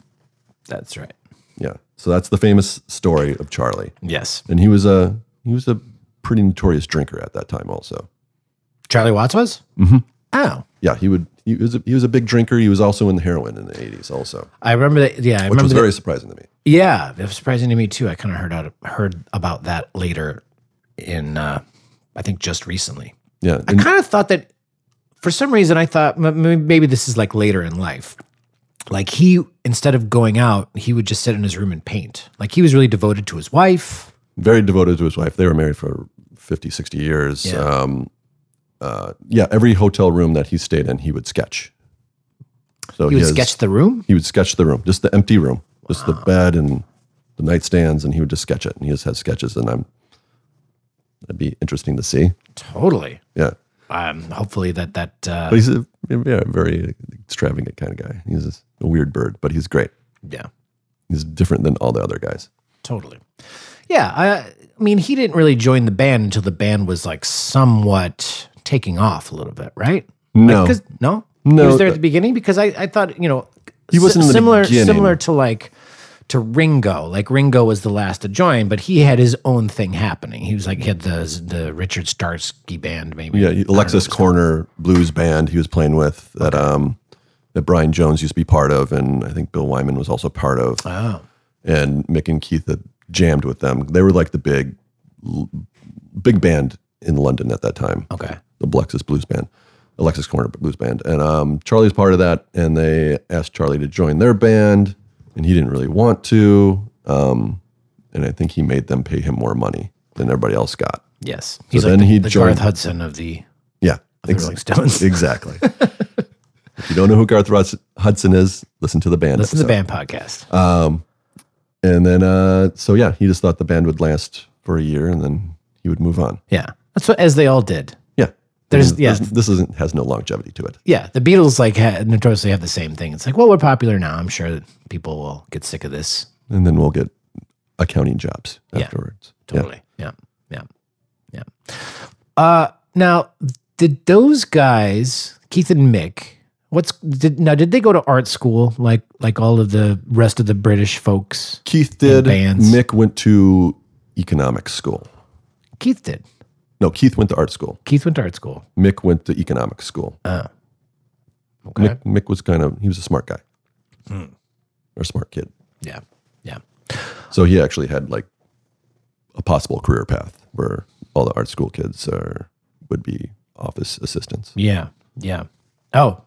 Speaker 4: That's right.
Speaker 1: Yeah. So that's the famous story of Charlie.
Speaker 4: Yes.
Speaker 1: And he was a he was a pretty notorious drinker at that time also.
Speaker 4: Charlie Watts was? Mm-hmm. Oh.
Speaker 1: Yeah, he would he was a, he was a big drinker. He was also in the heroin in the 80s also,
Speaker 4: I remember that. Yeah, I
Speaker 1: which
Speaker 4: remember
Speaker 1: was
Speaker 4: that.
Speaker 1: very surprising to me.
Speaker 4: yeah, it was surprising to me too. I kind of heard out heard about that later in, uh, I think, just recently.
Speaker 1: Yeah.
Speaker 4: I
Speaker 1: and-
Speaker 4: kind of thought that for some reason I thought m- m- maybe this is like later in life. Like he, instead of going out, he would just sit in his room and paint. Like he was really devoted to his wife.
Speaker 1: very devoted to his wife. They were married for 50, 60 years.
Speaker 4: Yeah.
Speaker 1: Um, uh, yeah, every hotel room that he stayed in, he would sketch. So
Speaker 4: You would
Speaker 1: his-
Speaker 4: sketch the room?
Speaker 1: he would sketch the room, just the empty room, just the bed and the nightstands, and he would just sketch it. And he just had sketches, and I'm that'd be interesting to see.
Speaker 4: Totally.
Speaker 1: Yeah,
Speaker 4: Um, hopefully that that uh,
Speaker 1: but he's a yeah, very extravagant kind of guy. He's a weird bird, but he's great.
Speaker 4: yeah,
Speaker 1: He's different than all the other guys.
Speaker 4: totally. Yeah, I, I mean, he didn't really join the band until the band was like somewhat taking off a little bit, right?
Speaker 1: No,
Speaker 4: Because no,
Speaker 1: No,
Speaker 4: he was there at
Speaker 1: the-
Speaker 4: the beginning because I, I thought you know
Speaker 1: He wasn't in the
Speaker 4: similar
Speaker 1: beginning.
Speaker 4: similar to like to Ringo. Like Ringo was the last to join, but he had his own thing happening. He was like he had the the Richard Starsky band, maybe.
Speaker 1: yeah, he- Alexis Corner blues band he was playing with that um that Brian Jones used to be part of, and I think Bill Wyman was also part of.
Speaker 4: Oh,
Speaker 1: and Mick and Keith had jammed with them. They were like the big, l- big band in London at that time.
Speaker 4: okay.
Speaker 1: The Alexis Blues Band, Alexis Corner Blues Band, and um, Charlie's part of that. And they asked Charlie to join their band, and he didn't really want to. Um, and I think he made them pay him more money than everybody else got.
Speaker 4: Yes. He's
Speaker 1: then
Speaker 4: like the,
Speaker 1: he
Speaker 4: the
Speaker 1: joined-
Speaker 4: Garth Hudson of the
Speaker 1: Yeah, ex-
Speaker 4: Rolling Stones.
Speaker 1: exactly. if you don't know who Garth Rus- Hudson is, listen to the band.
Speaker 4: Listen to the
Speaker 1: episode.
Speaker 4: band podcast.
Speaker 1: Uh, And then, uh, so yeah, he just thought the band would last for a year, and then he would move on.
Speaker 4: yeah. That's what as they all did.
Speaker 1: Yeah.
Speaker 4: There's- yeah.
Speaker 1: this isn't has no longevity to it.
Speaker 4: Yeah, the Beatles like ha- notoriously have the same thing. It's like, well, we're popular now. I'm sure that people will get sick of this.
Speaker 1: And then we'll get accounting jobs
Speaker 4: Yeah.
Speaker 1: afterwards. Yeah.
Speaker 4: Totally. Yeah. Yeah. Yeah. Uh, now, did those guys, Keith and Mick, what's did now? Did they go to art school like like all of the rest of the British folks?
Speaker 1: Keith did.
Speaker 4: bands.
Speaker 1: Mick went to economics school.
Speaker 4: Keith did.
Speaker 1: No, Keith went to art school.
Speaker 4: Keith went to art school.
Speaker 1: Mick went to economics school.
Speaker 4: Okay.
Speaker 1: Mick, Mick was kind of he was a smart guy,
Speaker 4: Hmm.
Speaker 1: or a smart kid.
Speaker 4: Yeah. Yeah.
Speaker 1: So he actually had like a possible career path where all the art school kids are would be office assistants.
Speaker 4: Yeah. Yeah. Oh,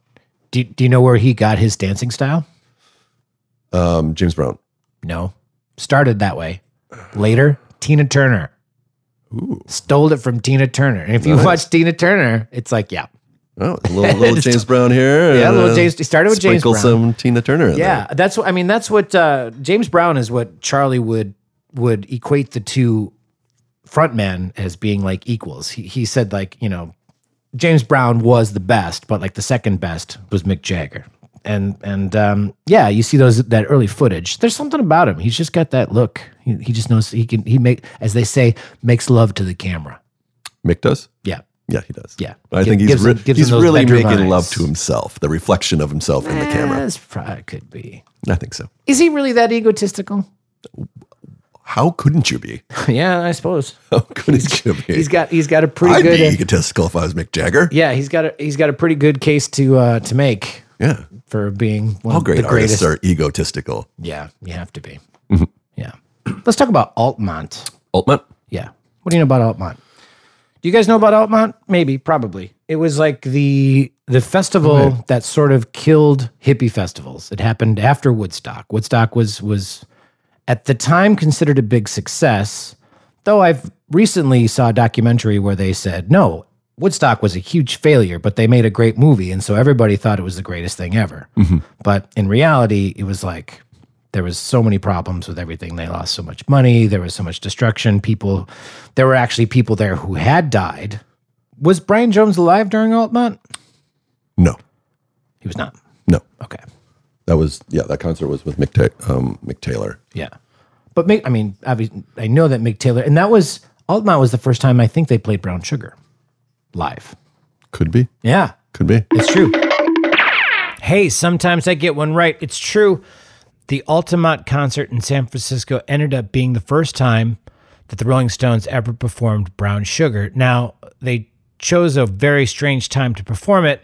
Speaker 4: do, do you know where he got his dancing style?
Speaker 1: Um, James Brown.
Speaker 4: No. Started that way. Later, Tina Turner.
Speaker 1: Ooh.
Speaker 4: Stole it from Tina Turner. And if you
Speaker 1: Nice.
Speaker 4: watch Tina Turner, it's like, yeah.
Speaker 1: Oh, a little, little James Brown here.
Speaker 4: Yeah,
Speaker 1: and,
Speaker 4: little
Speaker 1: uh,
Speaker 4: James. He started with James
Speaker 1: sprinkle
Speaker 4: Brown.
Speaker 1: some Tina Turner in
Speaker 4: yeah, that's what I mean. That's what uh, James Brown is. What Charlie would would equate the two frontmen as being like equals. He he said like you know James Brown was the best, but like the second best was Mick Jagger. And and um, yeah, you see those that early footage. There's something about him. He's just got that look. He, he just knows he can. He make as they say makes love to the camera.
Speaker 1: there. Mick does?
Speaker 4: Yeah,
Speaker 1: Yeah, he does.
Speaker 4: Yeah.
Speaker 1: I
Speaker 4: Gi-
Speaker 1: think he's,
Speaker 4: gives
Speaker 1: re-
Speaker 4: him- gives
Speaker 1: he's
Speaker 4: him those
Speaker 1: really
Speaker 4: bedroom
Speaker 1: making
Speaker 4: eyes.
Speaker 1: love to himself, the reflection of himself in the camera.
Speaker 4: That's probably could be.
Speaker 1: I think so.
Speaker 4: Is he really that egotistical?
Speaker 1: How couldn't you be?
Speaker 4: yeah, I suppose
Speaker 1: How couldn't you be?
Speaker 4: he's got he's got a pretty
Speaker 1: I'd
Speaker 4: good.
Speaker 1: be egotistical if I was Mick Jagger.
Speaker 4: Yeah, he's got a he's got a pretty good case to uh, to make
Speaker 1: Yeah.
Speaker 4: for being one
Speaker 1: All
Speaker 4: of
Speaker 1: great
Speaker 4: the
Speaker 1: artists
Speaker 4: greatest.
Speaker 1: are Mm-hmm. egotistical.
Speaker 4: Yeah, you have to be. Yeah. Let's talk about Altmont.
Speaker 1: Altman?
Speaker 4: Yeah. What do you know about Altmont? Do you guys know about Altmont? Maybe, probably. It was like the the festival that sort of killed hippie festivals. It happened after Woodstock. Woodstock was was at the time considered a big success, though I've recently saw a documentary where they said, "No, Woodstock was a huge failure, but they made a great movie and so everybody thought it was the greatest thing ever." But in reality, it was like there was so many problems with everything they lost so much money there was so much destruction people there were actually people there who had died was brian jones alive during altmont
Speaker 1: No.
Speaker 4: he was not
Speaker 1: No.
Speaker 4: okay
Speaker 1: That was, yeah, that concert was with Mick, Ta- um, Mick Taylor.
Speaker 4: yeah but Mick, i mean obvi- i know that mick taylor and that was altmont was the first time i think they played brown sugar live
Speaker 1: Could be.
Speaker 4: yeah
Speaker 1: Could be.
Speaker 4: It's true. Hey, sometimes I get one right. It's true. The Altamont concert in San Francisco ended up being the first time that the Rolling Stones ever performed Brown Sugar. Now, they chose a very strange time to perform it.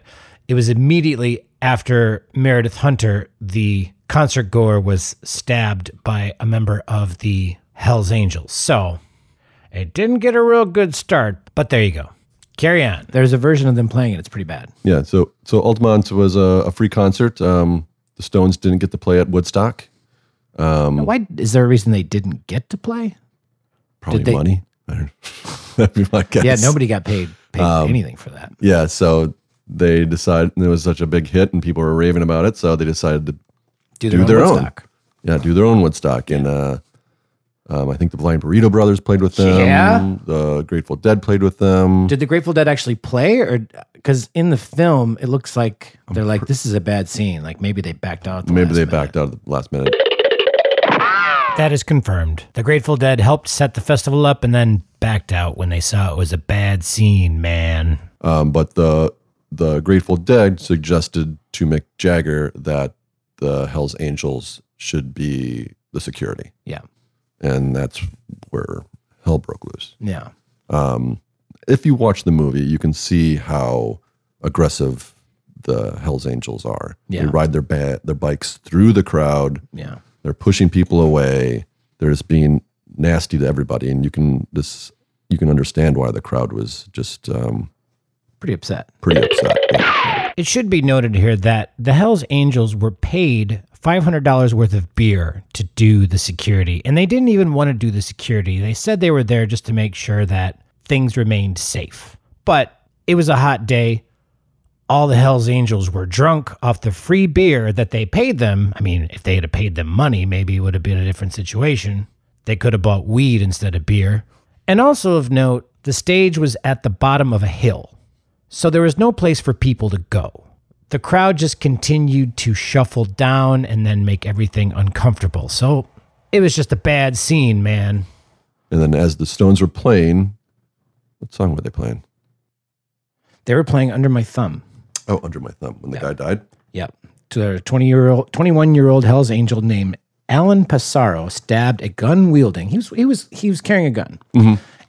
Speaker 4: It was immediately after Meredith Hunter, the concert goer, was stabbed by a member of the Hells Angels. So it didn't get a real good start, but there you go. Carry on. There's a version of them playing it. It's pretty bad.
Speaker 1: Yeah, so so Altamont was a, a free concert. Um, the Stones didn't get to play at Woodstock. Um,
Speaker 4: Why is there a reason they didn't get to play?
Speaker 1: Probably
Speaker 4: Did they-
Speaker 1: money. That'd be my guess.
Speaker 4: Yeah, nobody got paid, paid
Speaker 1: Um,
Speaker 4: anything for that.
Speaker 1: Yeah, so they decided and it was such a big hit and people were raving about it, so they decided to
Speaker 4: Do
Speaker 1: do their own.
Speaker 4: Woodstock.
Speaker 1: yeah do their own Woodstock. And uh, um, I think the Blind Burrito Brothers played with them.
Speaker 4: Yeah.
Speaker 1: The Grateful Dead played with them.
Speaker 4: Did the Grateful Dead actually play, or because in the film it looks like they're like this is a bad scene, like maybe they backed out. at the
Speaker 1: Maybe
Speaker 4: last
Speaker 1: they
Speaker 4: minute.
Speaker 1: backed out at the last minute.
Speaker 4: That is confirmed. The Grateful Dead helped set the festival up and then backed out when they saw it was a bad scene, man.
Speaker 1: Um, but the the Grateful Dead suggested to Mick Jagger that the Hell's Angels should be the security,
Speaker 4: Yeah.
Speaker 1: and that's where hell broke loose.
Speaker 4: Yeah.
Speaker 1: Um, if you watch the movie, you can see how aggressive the Hell's Angels are.
Speaker 4: Yeah.
Speaker 1: They ride their ba- their bikes through the crowd.
Speaker 4: Yeah.
Speaker 1: They're pushing people away. They're just being nasty to everybody, and you can this you can understand why the crowd was just um,
Speaker 4: Pretty upset.
Speaker 1: pretty upset.
Speaker 4: It should be noted here that the Hells Angels were paid $500 worth of beer to do the security, and they didn't even want to do the security. They said they were there just to make sure that things remained safe. But it was a hot day. All the Hells Angels were drunk off the free beer that they paid them. I mean, if they had paid them money, maybe it would have been a different situation. They could have bought weed instead of beer. And also of note, the stage was at the bottom of a hill. So there was no place for people to go. The crowd just continued to shuffle down and then make everything uncomfortable. So it was just a bad scene, man.
Speaker 1: And then as the Stones were playing, what song were they playing?
Speaker 4: They were playing under my thumb.
Speaker 1: Oh, Under My Thumb, when the guy died.
Speaker 4: Yep. To their 20 year old, 21 year old Hell's Angel named Alan Passaro stabbed a gun wielding. He was, he was, he was carrying a gun.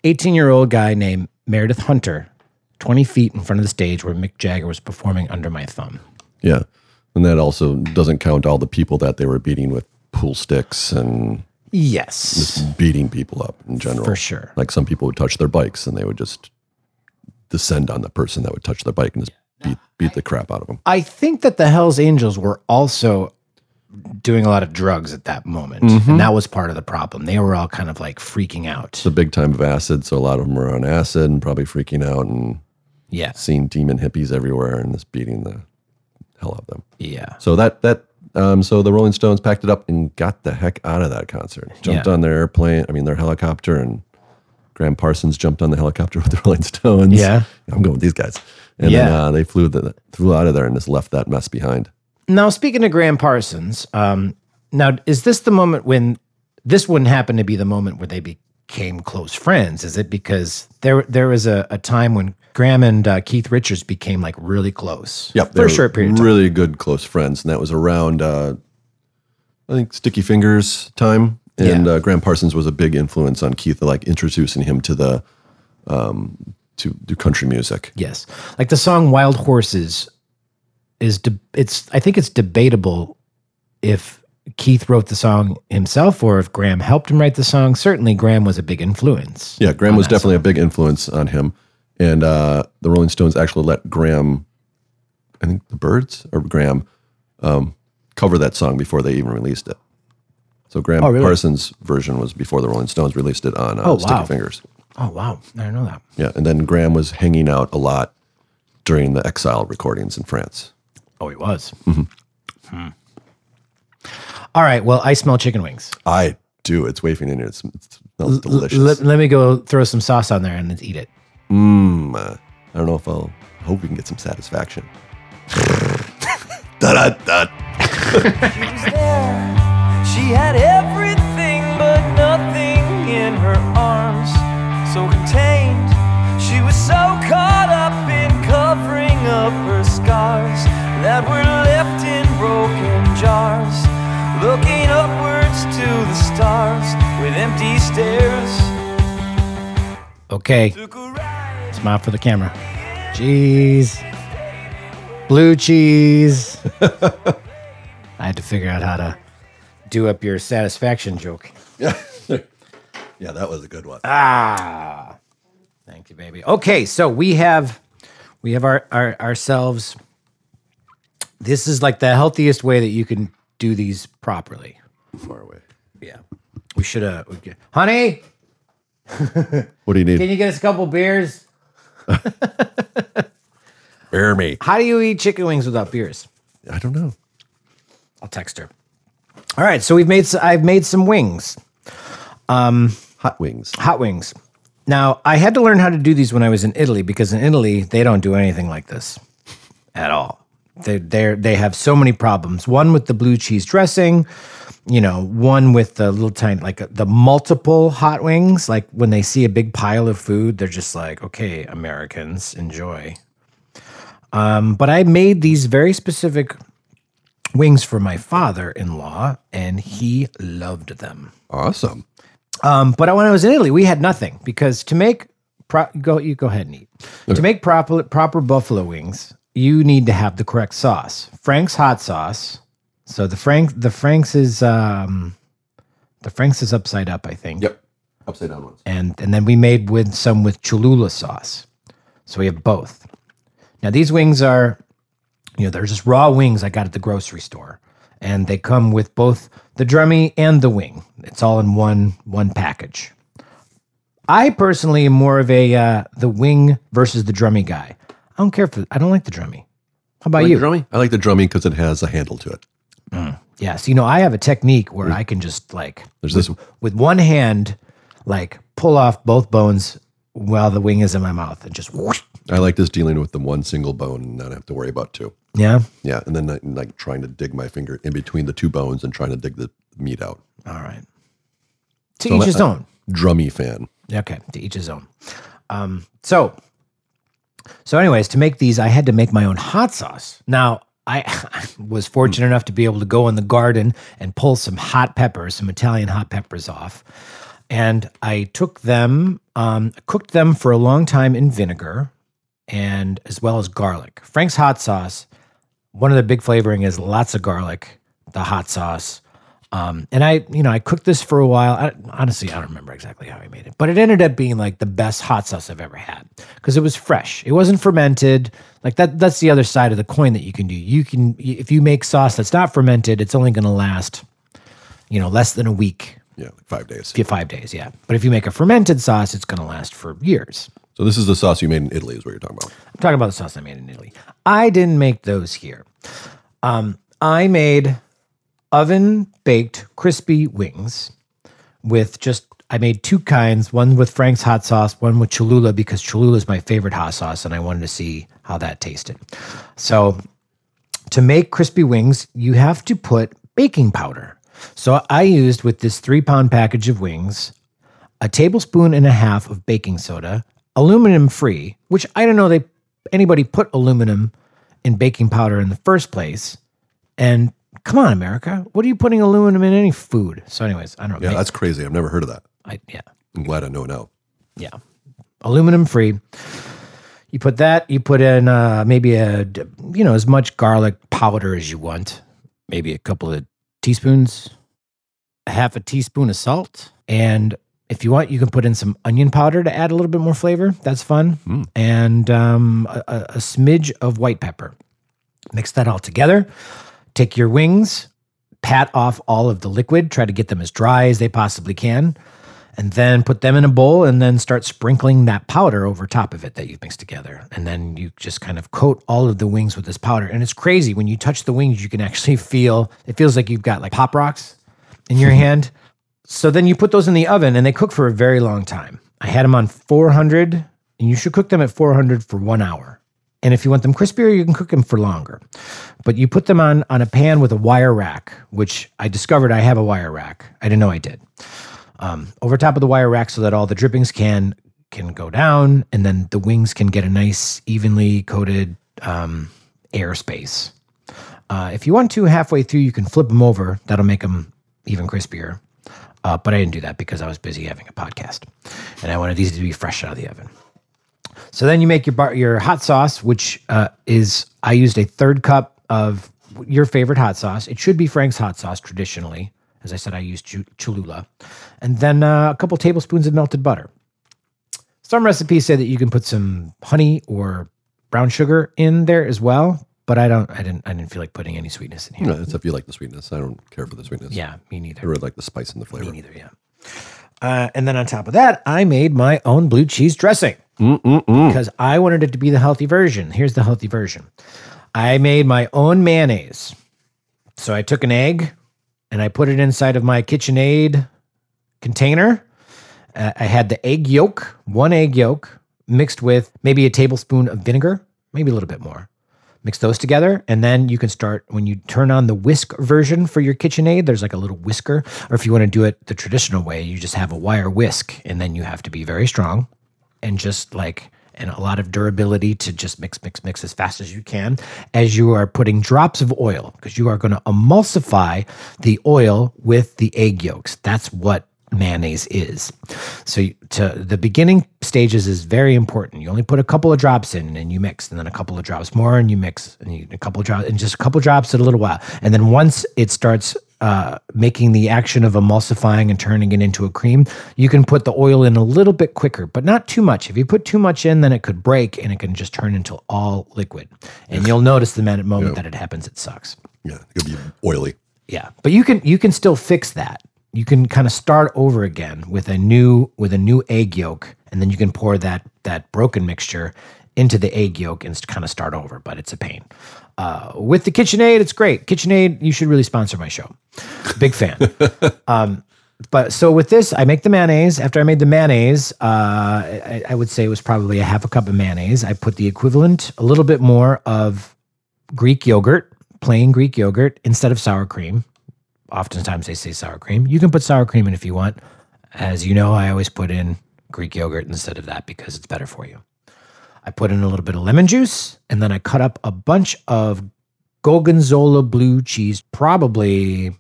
Speaker 4: 18 year old guy named Meredith Hunter, 20 feet in front of the stage where Mick Jagger was performing under my thumb.
Speaker 1: Yeah. And that also doesn't count all the people that they were beating with pool sticks and
Speaker 4: Yes.
Speaker 1: beating people up in general.
Speaker 4: For sure.
Speaker 1: Like some people would touch their bikes and they would just descend on the person that would touch their bike and just beat, beat the crap out of them.
Speaker 4: I think that the Hells Angels were also doing a lot of drugs at that moment.
Speaker 1: Mm-hmm.
Speaker 4: And that was part of the problem. They were all kind of like freaking out.
Speaker 1: It's a big time of acid. So a lot of them are on acid and probably freaking out and
Speaker 4: Yeah.
Speaker 1: seeing demon hippies everywhere and just beating the hell out of them.
Speaker 4: Yeah.
Speaker 1: So that that um, so the Rolling Stones packed it up and got the heck out of that concert. Jumped
Speaker 4: Yeah.
Speaker 1: on their airplane, I mean their helicopter, and Graham Parsons jumped on the helicopter with the Rolling Stones.
Speaker 4: Yeah.
Speaker 1: I'm going with these guys. And then
Speaker 4: Yeah.
Speaker 1: uh, they flew the flew out of there and just left that mess behind.
Speaker 4: Now, speaking of Graham Parsons, um, now is this the moment when this wouldn't happen to be the moment where they became close friends? Is it because there there was a, a time when Graham and uh, Keith Richards became like really close?
Speaker 1: Yep, they
Speaker 4: For a
Speaker 1: were
Speaker 4: short period of time.
Speaker 1: Really good close friends, and that was around uh, I think Sticky Fingers time. And
Speaker 4: Yeah.
Speaker 1: uh, Graham Parsons was a big influence on Keith, like introducing him to the um, to, to country music.
Speaker 4: Yes, like the song "Wild Horses" is de- it's. I think it's debatable if Keith wrote the song himself or if Graham helped him write the song. Certainly, Graham was a big influence.
Speaker 1: Yeah, Graham was definitely a big influence on him, and uh, the Rolling Stones actually let Graham, I think the Birds or Graham, um, cover that song before they even released it. So Graham
Speaker 4: Oh, really?
Speaker 1: Parsons' version was before the Rolling Stones released it on uh,
Speaker 4: Oh,
Speaker 1: Sticky
Speaker 4: wow.
Speaker 1: Fingers.
Speaker 4: Oh wow, I didn't know that.
Speaker 1: Yeah, and then Graham was hanging out a lot during the Exile recordings in France.
Speaker 4: Oh, he was.
Speaker 1: Mm-hmm.
Speaker 4: Hmm. All right. Well, I smell chicken wings.
Speaker 1: I do. It's wafting in here. It's, it smells delicious.
Speaker 4: Let, let me go throw some sauce on there and let's eat it.
Speaker 1: Mm, uh, I don't know if I'll. I hope we can get some satisfaction. da da da.
Speaker 5: there. She had everything but nothing in her arms. So contained, she was so caught up in covering up her scars that were left in broken jars. Looking upwards to the stars with empty stares.
Speaker 4: Okay,
Speaker 5: Took a ride.
Speaker 4: smile for the camera. Cheese, blue cheese. I had to figure out how to do up your satisfaction joke.
Speaker 1: Yeah, that was a good one.
Speaker 4: Ah, thank you, baby. Okay, so we have we have our, our ourselves. This is like the healthiest way that you can do these properly.
Speaker 1: Far away.
Speaker 4: Yeah, we should have. Honey,
Speaker 1: What do you need?
Speaker 4: Can you get us a couple beers?
Speaker 1: Bear me.
Speaker 4: How do you eat chicken wings without beers?
Speaker 1: I don't know.
Speaker 4: I'll text her. All right, so we've made s- I've made some wings,
Speaker 1: Hot wings.
Speaker 4: hot wings. Now, I had to learn how to do these when I was in Italy because in Italy, they don't do anything like this at all. They they they have so many problems. One with the blue cheese dressing, you know, one with the little tiny like uh, the multiple hot wings, like when they see a big pile of food, they're just like, "Okay, Americans, enjoy." Um, but I made these very specific wings for my father-in-law and he loved them.
Speaker 1: Awesome.
Speaker 4: Um, but when I was in Italy, we had nothing because to make pro- go you go ahead and eat. To make proper proper buffalo wings, you need to have the correct sauce. Frank's hot sauce. So the Frank the Frank's is um, the Frank's is upside up, I think.
Speaker 1: Yep. Upside down ones.
Speaker 4: And and then we made with some with Cholula sauce. So we have both. Now these wings are, you know, they're just raw wings I got at the grocery store, and they come with both the drummy and the wing. It's all in one one package. I personally am more of a uh, the wing versus the drummy guy. I don't care for I don't like the drummy. How about you?
Speaker 1: drummy? I like the drummy because it has a handle to it.
Speaker 4: Yes, you know I have a technique where I can just like
Speaker 1: There's this.
Speaker 4: with one hand, like pull off both bones while the wing is in my mouth and just whoosh.
Speaker 1: I like just dealing with the one single bone and not have to worry about two.
Speaker 4: yeah.
Speaker 1: Yeah, and then like, like trying to dig my finger in between the two bones and trying to dig the meat out.
Speaker 4: All right. To
Speaker 1: So
Speaker 4: each
Speaker 1: let-
Speaker 4: his own.
Speaker 1: Drummy fan.
Speaker 4: Okay, to each his own. Um, so, so anyways, to make these, I had to make my own hot sauce. Now, I was fortunate enough to be able to go in the garden and pull some hot peppers, some Italian hot peppers off, and I took them, um, cooked them for a long time in vinegar, and as well as garlic. Frank's hot sauce. One of the big flavoring is lots of garlic. The hot sauce. Um, and I, you know, I cooked this for a while. I, honestly, I don't remember exactly how I made it, but it ended up being like the best hot sauce I've ever had because it was fresh. It wasn't fermented. Like that. That's the other side of the coin that you can do. You can, if you make sauce that's not fermented, it's only going to last, you know, less than a week,
Speaker 1: Yeah, like five days.
Speaker 4: few- five days. Yeah. But if you make a fermented sauce, it's going to last for years.
Speaker 1: So this is the sauce you made in Italy, is what you're talking about.
Speaker 4: I'm talking about the sauce I made in Italy. I didn't make those here. Um, I made oven baked crispy wings with just I made two kinds, one with Frank's hot sauce, one with Cholula because Cholula is my favorite hot sauce and I wanted to see how that tasted. So to make crispy wings, you have to put baking powder. So I used with this three pound package of wings, a tablespoon and a half of baking soda, aluminum free, which I don't know they anybody put aluminum in baking powder in the first place. And come on, America, what are you putting aluminum in any food? So, anyways, I don't know.
Speaker 1: Yeah, that's crazy. I've never heard of that.
Speaker 4: I, yeah,
Speaker 1: I'm glad I know now.
Speaker 4: yeah, aluminum free. You put that. You put in uh, maybe a d- you know as much garlic powder as you want, maybe a couple of teaspoons, a half a teaspoon of salt, and if you want, you can put in some onion powder to add a little bit more flavor. That's fun, and um, a, a a smidge of white pepper. Mix that all together. Take your wings, pat off all of the liquid. Try to get them as dry as they possibly can and then put them in a bowl and then start sprinkling that powder over top of it that you've mixed together. And then you just kind of coat all of the wings with this powder. And it's crazy when you touch the wings, you can actually feel it feels like you've got like pop rocks in your hand. So then you put those in the oven and they cook for a very long time. I had them on 400 and you should cook them at 400 for 1 hour. And if you want them crispier, you can cook them for longer. But you put them on on a pan with a wire rack, which I discovered I have a wire rack. I didn't know I did um, over top of the wire rack so that all the drippings can can go down and then the wings can get a nice evenly coated um, airspace. Uh, if you want to, halfway through, you can flip them over. That'll make them even crispier. Uh, but I didn't do that because I was busy having a podcast, and I wanted these to be fresh out of the oven. So then you make your bar, your hot sauce, which uh, is I used a third cup of your favorite hot sauce. It should be Frank's hot sauce traditionally. As I said, I used Chu- Cholula, and then uh, a couple tablespoons of melted butter. Some recipes say that you can put some honey or brown sugar in there as well, but I don't. I didn't. I didn't feel like putting any sweetness in here.
Speaker 1: Yeah, that's if you like the sweetness. I don't care for the sweetness.
Speaker 4: Yeah, me neither.
Speaker 1: I really like the spice and the flavor.
Speaker 4: Me neither, yeah. Uh, and then on top of that, I made my own blue cheese dressing
Speaker 1: Mm-mm-mm.
Speaker 4: because I wanted it to be the healthy version. Here's the healthy version I made my own mayonnaise. So I took an egg and I put it inside of my KitchenAid container. Uh, I had the egg yolk, one egg yolk, mixed with maybe a tablespoon of vinegar, maybe a little bit more. Mix those together, and then you can start when you turn on the whisk version for your KitchenAid. There's like a little whisker, or if you want to do it the traditional way, you just have a wire whisk, and then you have to be very strong and just like and a lot of durability to just mix, mix, mix as fast as you can as you are putting drops of oil because you are going to emulsify the oil with the egg yolks. That's what mayonnaise is. So you- to the beginning stages is very important. You only put a couple of drops in and you mix and then a couple of drops more and you mix and you, a couple of drops and just a couple of drops in a little while. And then once it starts uh, making the action of emulsifying and turning it into a cream, you can put the oil in a little bit quicker, but not too much. If you put too much in, then it could break and it can just turn into all liquid. And you'll notice the minute moment that it happens, it sucks.
Speaker 1: Yeah, it could be oily.
Speaker 4: Yeah, but you can you can still fix that. You can kind of start over again with a new with a new egg yolk, and then you can pour that that broken mixture into the egg yolk and kind of start over. But it's a pain. Uh, with the KitchenAid, it's great. KitchenAid, you should really sponsor my show. Big fan. Um, but so with this, I make the mayonnaise. After I made the mayonnaise, uh, I, I would say it was probably a half a cup of mayonnaise. I put the equivalent, a little bit more of Greek yogurt, plain Greek yogurt, instead of sour cream. Oftentimes they say sour cream. You can put sour cream in if you want. As you know, I always put in Greek yogurt instead of that because it's better for you. I put in a little bit of lemon juice, and then I cut up a bunch of Gorgonzola blue cheese, probably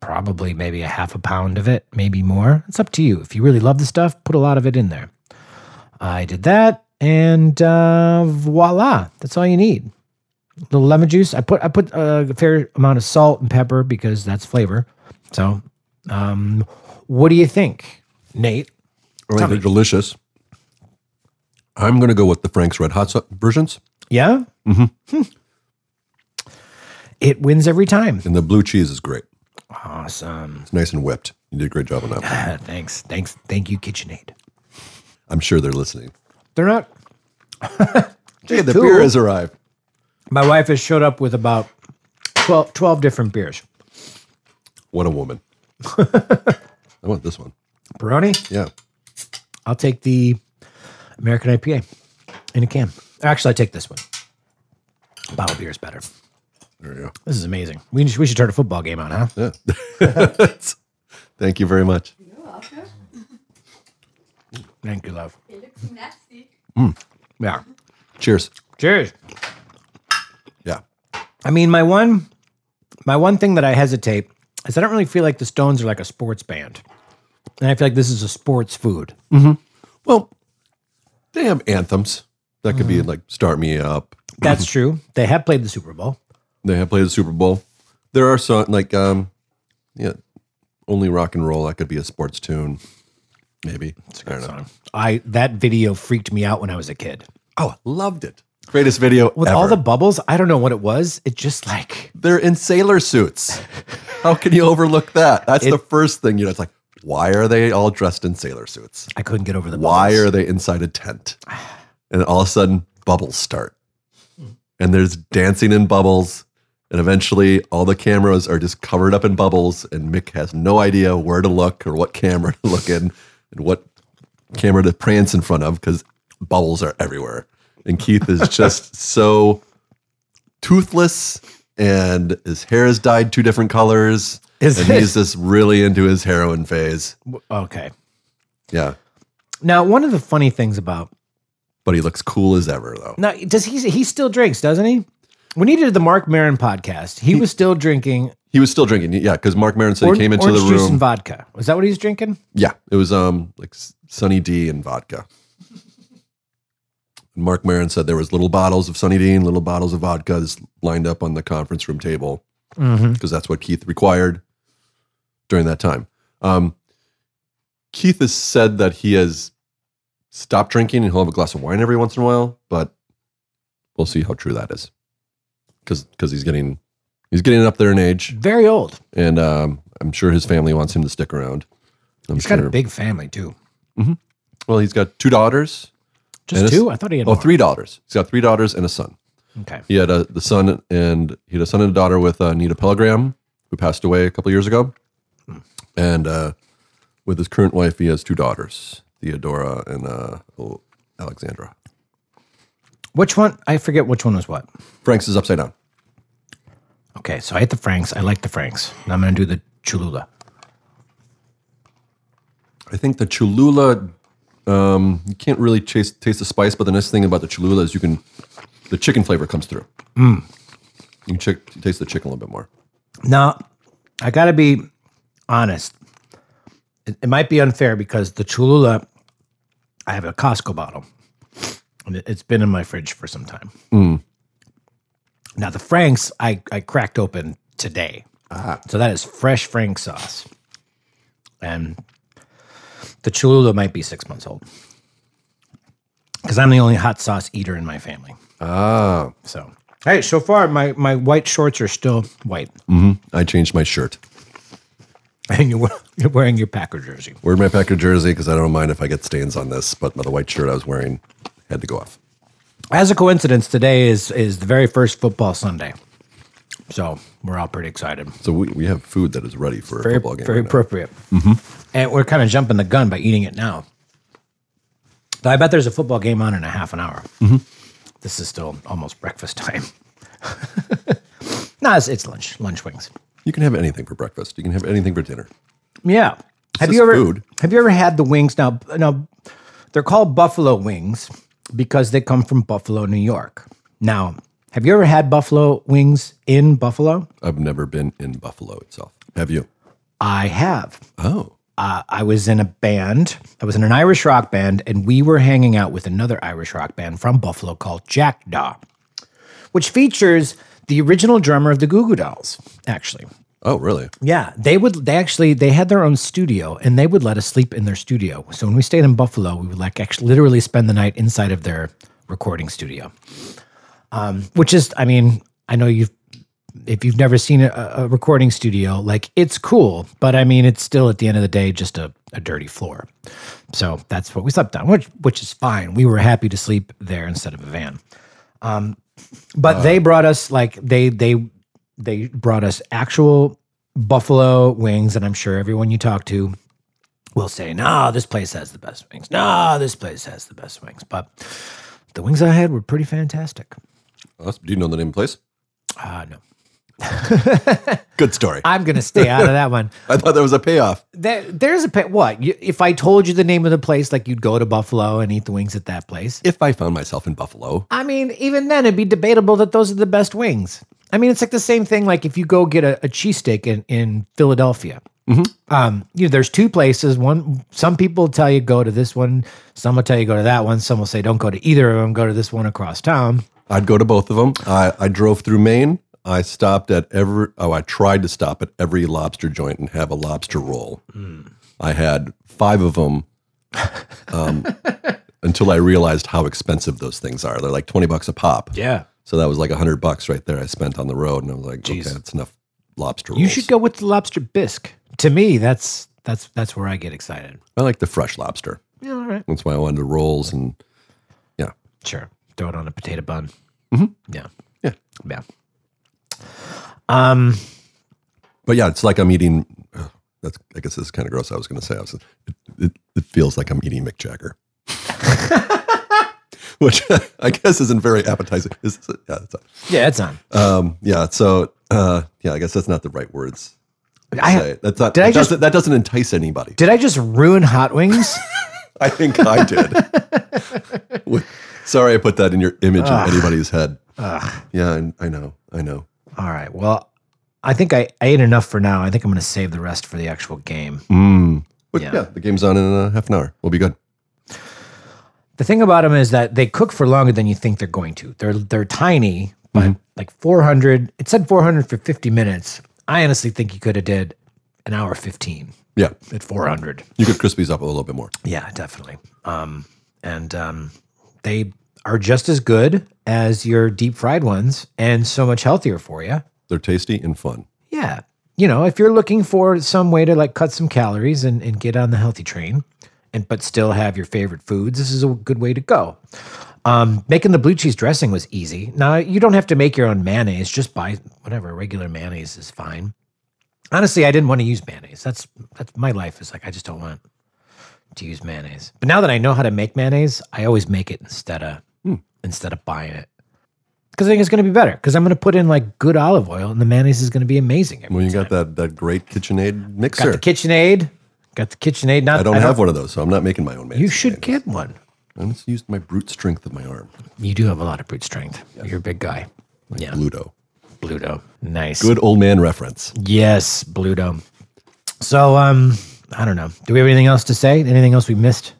Speaker 4: probably maybe a half a pound of it, maybe more. It's up to you. If you really love the stuff, put a lot of it in there. I did that, and uh, voila, that's all you need. Little lemon juice. I put I put a fair amount of salt and pepper because that's flavor. So, um, what do you think, Nate?
Speaker 1: I think they're delicious. I'm going to go with the Frank's Red Hot so- versions,
Speaker 4: Yeah. Mm-hmm. It wins every time.
Speaker 1: and the blue cheese is great.
Speaker 4: Awesome.
Speaker 1: It's nice and whipped. You did a great job on that. one.
Speaker 4: Thanks. Thanks. Thank you, KitchenAid.
Speaker 1: I'm sure they're listening.
Speaker 4: They're not
Speaker 1: Hey, the
Speaker 4: Cool.
Speaker 1: beer has arrived.
Speaker 4: My wife has showed up with about 12, 12 different beers.
Speaker 1: What a woman. I want this one.
Speaker 4: Peroni,
Speaker 1: Yeah.
Speaker 4: I'll take the American IPA in a can. Actually, I take this one. Bottle beer is better.
Speaker 1: There you go.
Speaker 4: This is amazing. We should, we should turn a football game on, huh?
Speaker 1: Yeah. Thank you very much.
Speaker 4: Thank you, love.
Speaker 2: It looks nasty.
Speaker 4: Yeah.
Speaker 1: Cheers.
Speaker 4: Cheers.
Speaker 1: Yeah.
Speaker 4: I mean, my one, my one thing that I hesitate is I don't really feel like the Stones are like a sports band, and I feel like this is a sports food.
Speaker 1: Well, they have anthems. That could be like Start Me Up.
Speaker 4: That's true. They have played the Super Bowl.
Speaker 1: They have played the Super Bowl. There are some like um yeah, only rock and roll. That could be a sports tune. Maybe. I don't know.
Speaker 4: I that video freaked me out when I was a kid.
Speaker 1: Oh, I loved it. Greatest video
Speaker 4: with
Speaker 1: ever.
Speaker 4: all the bubbles i don't know what it was it just like
Speaker 1: They're in sailor suits. How can you overlook that? That's the
Speaker 4: It-
Speaker 1: first thing you know. It's like, why are they all dressed in sailor suits?
Speaker 4: i couldn't get over the
Speaker 1: Why
Speaker 4: bubbles.
Speaker 1: are they inside a tent? And all of a sudden, bubbles start. And there's dancing in bubbles. And eventually, all the cameras are just covered up in bubbles. And Mick has no idea where to look or what camera to look in and what camera to prance in front of because bubbles are everywhere. And Keith is just so toothless and his hair is dyed two different colors.
Speaker 4: Is
Speaker 1: and
Speaker 4: it?
Speaker 1: he's just really into his heroin phase.
Speaker 4: okay
Speaker 1: Yeah.
Speaker 4: now one of the funny things about
Speaker 1: But he looks cool as ever, though.
Speaker 4: now does he he still drinks doesn't he when he did the mark marin podcast he, was still drinking
Speaker 1: He was still drinking, yeah, because Mark Maron said
Speaker 4: or-
Speaker 1: he came into
Speaker 4: orange
Speaker 1: the
Speaker 4: juice and
Speaker 1: room.
Speaker 4: vodka was that what he was drinking
Speaker 1: Yeah, it was um like S- Sunny D and vodka. And Mark Maron said there was little bottles of Sunny D and little bottles of vodka just lined up on the conference room table
Speaker 4: mm-hmm.
Speaker 1: because that's what Keith required during that time. Um, Keith has said that he has stopped drinking and he'll have a glass of wine every once in a while, but we'll see how true that is because he's getting he's getting up there in age.
Speaker 4: very old
Speaker 1: and um, I'm sure his family wants him to stick around. I'm
Speaker 4: He's
Speaker 1: sure.
Speaker 4: got a big family too.
Speaker 1: well, he's got two daughters.
Speaker 4: Just
Speaker 1: And it's-
Speaker 4: two? I thought he had
Speaker 1: Oh,
Speaker 4: more.
Speaker 1: three daughters. He's got three daughters and a son.
Speaker 4: Okay.
Speaker 1: He had a the son and he had a son and a daughter with uh, Nita Pellegram, who passed away a couple years ago, and uh, with his current wife, he has two daughters, Theodora and uh, oh, Alexandra.
Speaker 4: Which one? I forget which one was what.
Speaker 1: Frank's is upside down.
Speaker 4: Okay, so I hit the Franks. I like the Franks. Now I'm going to do the Cholula.
Speaker 1: I think the Cholula. Um, you can't really chase, taste the spice, but the nice thing about the Cholula is you can, the chicken flavor comes through. You can chick, taste the chicken a little bit more.
Speaker 4: Now, I got to be honest. It, it might be unfair because the Cholula, I have a Costco bottle, and it, has been in my fridge for some time. Now, the Franks, I, I cracked open today. So that is fresh Frank sauce. And the Cholula might be six months old because I'm the only hot sauce eater in my family.
Speaker 1: Ah,
Speaker 4: So, hey, so far, my, my white shorts are still white.
Speaker 1: I changed my shirt.
Speaker 4: and you're, wear- you're wearing your Packer jersey.
Speaker 1: Wearing my Packer jersey because I don't mind if I get stains on this, but the white shirt I was wearing had to go off.
Speaker 4: As a coincidence, today is is the very first football Sunday, so we're all pretty excited.
Speaker 1: So we, we have food that is ready for a
Speaker 4: Very
Speaker 1: football game.
Speaker 4: very
Speaker 1: right now. Mm-hmm.
Speaker 4: appropriate, and we're kind of jumping the gun by eating it now. Though I bet there's a football game on in a half an hour.
Speaker 1: Mm-hmm.
Speaker 4: This is still almost breakfast time. no, it's, it's lunch. Lunch wings.
Speaker 1: you can have anything for breakfast. You can have anything for dinner.
Speaker 4: Yeah. have
Speaker 1: just
Speaker 4: you ever
Speaker 1: food.
Speaker 4: have you ever had the wings? Now, now they're called buffalo wings because they come from Buffalo, New York. Now, have you ever had buffalo wings in Buffalo?
Speaker 1: I've never been in Buffalo itself. Have you?
Speaker 4: I have.
Speaker 1: Oh,
Speaker 4: Uh, I was in a band. I was in an Irish rock band, and we were hanging out with another Irish rock band from Buffalo called Jackdaw, which features the original drummer of the Goo Goo Dolls. Actually,
Speaker 1: oh, really?
Speaker 4: Yeah, they would. They actually they had their own studio, and they would let us sleep in their studio. So when we stayed in Buffalo, we would like actually literally spend the night inside of their recording studio. Um, which is, I mean, I know you've if you've never seen a, a recording studio, like it's cool, but I mean, it's still at the end of the day just a, a dirty floor. So that's what we slept on, which which is fine. We were happy to sleep there instead of a van. Um, but they brought us like they they they brought us actual buffalo wings, and I'm sure everyone you talk to will say, "No, this place has the best wings. No, this place has the best wings." But the wings I had were pretty fantastic.
Speaker 1: Oh, that's- do you know the name of the place?
Speaker 4: Uh, no,
Speaker 1: Good story. I,
Speaker 4: I'm gonna stay out of that one.
Speaker 1: thought that was a payoff.
Speaker 4: There, there's a pa- what you, if I told you the name of the place, like you'd go to Buffalo and eat the wings at that place.
Speaker 1: If I found myself in Buffalo,
Speaker 4: I mean, even then, it'd be debatable that those are the best wings. I mean, it's like the same thing. Like if you go get a, a cheesesteak in in Philadelphia, um, you know, there's two places. One, some people tell you go to this one. Some will tell you go to that one. Some will say don't go to either of them. Go to this one across town.
Speaker 1: I'd go to both of them. I, I drove through Maine. I stopped at every, oh, I tried to stop at every lobster joint and have a lobster roll.
Speaker 4: Hmm.
Speaker 1: I had five of them um, until I realized how expensive those things are. They're like 20 bucks a pop.
Speaker 4: Yeah,
Speaker 1: So that was like 100 bucks right there I spent on the road. And I was like, okay, that's enough lobster rolls.
Speaker 4: you should go with the lobster bisque. To me, that's that's that's where I get excited.
Speaker 1: I like the fresh lobster.
Speaker 4: Yeah, all right.
Speaker 1: That's why I wanted the rolls and
Speaker 4: Sure. Throw it on a potato bun. Yeah.
Speaker 1: Yeah.
Speaker 4: Yeah. Um,
Speaker 1: but yeah, it's like I'm eating. ugh, That's I guess this is kind of gross. I was going to say I was. It, it, it feels like I'm eating Mick Jagger, which I guess isn't very appetizing. Is this- yeah, that's
Speaker 4: yeah, it's on.
Speaker 1: um, yeah. So uh, yeah, I guess that's not the right words. to
Speaker 4: I-
Speaker 1: say. that's not.
Speaker 4: did
Speaker 1: that
Speaker 4: I just-
Speaker 1: doesn't- that doesn't entice anybody.
Speaker 4: Did I just ruin hot wings?
Speaker 1: I think I did. With- Sorry, I put that in your image in anybody's head. Yeah, I, I know. I know.
Speaker 4: All right. Well, I think I, I ate enough for now. I think I'm going to save the rest for the actual game.
Speaker 1: But
Speaker 4: Yeah.
Speaker 1: yeah, the game's on in uh, half an hour. We'll be good.
Speaker 4: The thing about them is that they cook for longer than you think they're going to. They're they're tiny, but like 400. It said 400 for 50 minutes. I honestly think you could have did an hour 15
Speaker 1: Yeah,
Speaker 4: at 400.
Speaker 1: you could crisp these up a little bit more.
Speaker 4: Yeah, definitely. Um, and um, they are just as good as your deep fried ones and so much healthier for you.
Speaker 1: They're tasty and fun.
Speaker 4: Yeah. you know, if you're looking for some way to like cut some calories and, and get on the healthy train and but still have your favorite foods, this is a good way to go. Um, making the blue cheese dressing was easy. Now you don't have to make your own mayonnaise, just buy whatever regular mayonnaise is fine. Honestly, I didn't want to use mayonnaise. That's that's my life is like I just don't want to use mayonnaise. But now that I know how to make mayonnaise, I always make it instead of
Speaker 1: Hmm.
Speaker 4: instead of buying it. Because I think it's going to be better. Because I'm going to put in like good olive oil, and the mayonnaise is going to be amazing. every
Speaker 1: Well, you got that that great KitchenAid
Speaker 4: Got
Speaker 1: mixer.
Speaker 4: the KitchenAid. Got the KitchenAid. Not
Speaker 1: I don't have one of those, so I'm not making my own mayonnaise.
Speaker 4: You should get one.
Speaker 1: I just used my brute strength of my arm,
Speaker 4: You do have a lot of brute strength. You're a big guy. Yeah,
Speaker 1: Bluto.
Speaker 4: Bluto. Nice.
Speaker 1: Good old man reference.
Speaker 4: Yes, Bluto. So, um, I don't know. Do we have anything else to say? Anything else we missed?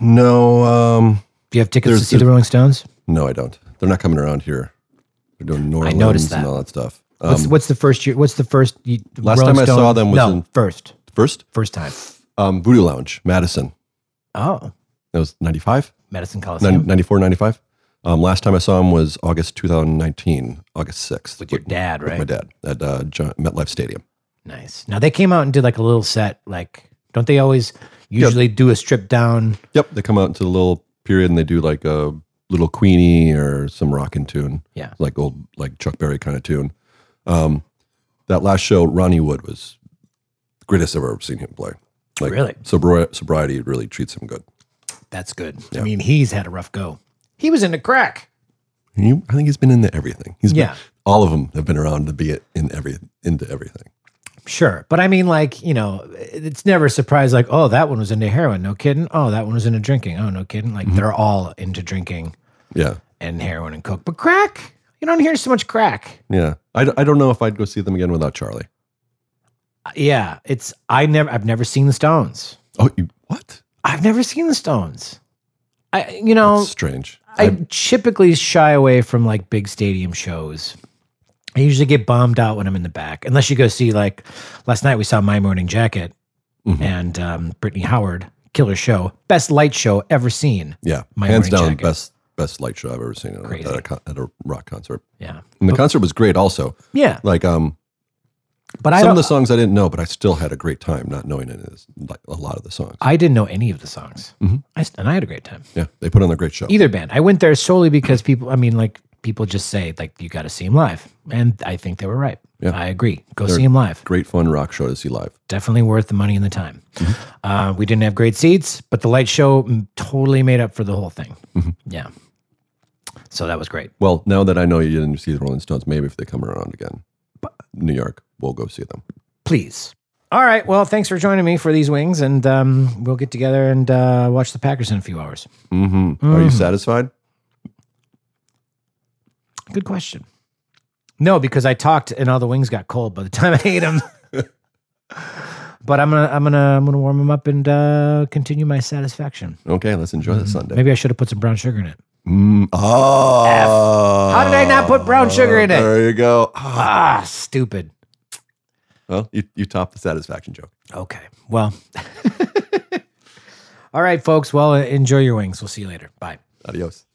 Speaker 1: No, um,
Speaker 4: Do you have tickets to
Speaker 1: There's-
Speaker 4: see the Rolling Stones?
Speaker 1: no, I don't. They're not coming around here. They're doing New Orleans
Speaker 4: noticed
Speaker 1: and
Speaker 4: that.
Speaker 1: all that stuff. Um,
Speaker 4: What's, what's the first year? What's the first? y-
Speaker 1: Last
Speaker 4: Rolling
Speaker 1: time I
Speaker 4: Stone-
Speaker 1: saw them was
Speaker 4: no,
Speaker 1: in-
Speaker 4: first,
Speaker 1: first,
Speaker 4: first time.
Speaker 1: um, Voodoo Lounge, Madison.
Speaker 4: Oh,
Speaker 1: That was 95,
Speaker 4: Madison Coliseum
Speaker 1: 94, 95. Um, last time I saw him was August 2019, August 6th.
Speaker 4: with your dad, right?
Speaker 1: my dad at uh, John, MetLife Stadium.
Speaker 4: Nice. Now they came out and did like a little set. Like, don't they always usually do a strip down?
Speaker 1: Yep, they come out into the little period and they do like a little Queenie or some rockin' tune.
Speaker 4: Yeah.
Speaker 1: like old like Chuck Berry kind of tune. Um, that last show, Ronnie Wood was the greatest I've ever seen him play. Like
Speaker 4: Really?
Speaker 1: sobri- sobriety really treats him good.
Speaker 4: That's good. I mean, he's had a rough go. He was into crack.
Speaker 1: He, I think he's been into everything. He's
Speaker 4: Yeah.
Speaker 1: been, all of them have been around to be it in every into everything.
Speaker 4: Sure. But I mean, like, you know, it's never a surprise, like, oh, that one was into heroin. No kidding. Oh, that one was into drinking. Oh, no kidding. Like, they're all into drinking
Speaker 1: Yeah,
Speaker 4: and heroin and coke. But crack, you don't hear so much crack.
Speaker 1: yeah. I, d- I don't know if I'd go see them again without Charlie.
Speaker 4: Yeah. It's, I never, I've never seen the Stones.
Speaker 1: Oh, you, what?
Speaker 4: I've never seen the Stones. I, you know,
Speaker 1: That's strange.
Speaker 4: I typically shy away from like big stadium shows. I usually get bombed out when I'm in the back, unless you go see like last night we saw My Morning Jacket
Speaker 1: Mm-hmm.
Speaker 4: and um, Brittany Howard, killer show, best light show ever seen.
Speaker 1: yeah,
Speaker 4: My
Speaker 1: hands
Speaker 4: morning
Speaker 1: down
Speaker 4: jacket.
Speaker 1: best best light show I've ever seen at
Speaker 4: Crazy.
Speaker 1: a, at a, con- at a rock concert.
Speaker 4: Yeah,
Speaker 1: And the concert was great, also.
Speaker 4: yeah,
Speaker 1: Like um,
Speaker 4: but I
Speaker 1: some of
Speaker 4: don't.
Speaker 1: the songs I didn't know, but I still had a great time not knowing it is like a lot of the songs.
Speaker 4: I didn't know any of the songs,
Speaker 1: Mm-hmm.
Speaker 4: I s and I had a great time.
Speaker 1: Yeah, they put on a great show.
Speaker 4: Either band, I went there solely because people. I mean, like people just say like you got to see them live, and I think they were right.
Speaker 1: Yeah.
Speaker 4: I agree. Go see them live.
Speaker 1: Great fun rock show to see live.
Speaker 4: definitely worth the money and the time. Uh, we didn't have great seats, but the light show mm, totally made up for the whole thing. Yeah. So that was great.
Speaker 1: Well, now that I know you didn't see the Rolling Stones, maybe if they come around again, New York, we'll go see them.
Speaker 4: Please. All right. Well, thanks for joining me for these wings, and um, we'll get together and uh, watch the Packers in a few hours.
Speaker 1: hmm Are you
Speaker 4: Mm.
Speaker 1: satisfied?
Speaker 4: Good question. No, because I talked and all the wings got cold by the time I ate them. but I'm gonna, I'm gonna, I'm gonna warm them up and uh, continue my satisfaction.
Speaker 1: Okay, let's enjoy the Sunday.
Speaker 4: Mm. Maybe I should have put some brown sugar in it.
Speaker 1: Mm, oh,
Speaker 4: How did I not put brown sugar in it?
Speaker 1: There you go. Ah.
Speaker 4: Ah, stupid.
Speaker 1: Well, you, you topped the satisfaction joke.
Speaker 4: Okay. Well, all right, folks. Well, enjoy your wings. We'll see you later. Bye.
Speaker 1: Adios.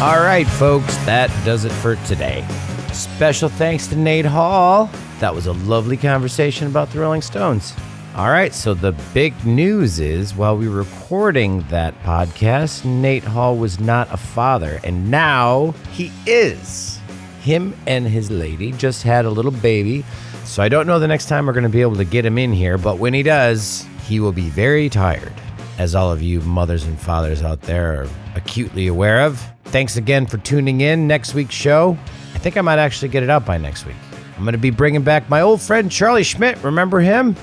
Speaker 4: All right, folks. That does it for today. Special thanks to Nate Hall. That was a lovely conversation about the Rolling Stones.
Speaker 2: All right, so the big news is while we were recording that podcast, Nate Hall was not a father, and now he is. Him and his lady just had a little baby, so I don't know the next time we're going to be able to get him in here, but when he does, he will be very tired, as all of you mothers and fathers out there are acutely aware of. Thanks again for tuning in. Next week's show, I think I might actually get it out by next week. I'm going to be bringing back my old friend Charlie Schmidt. Remember him?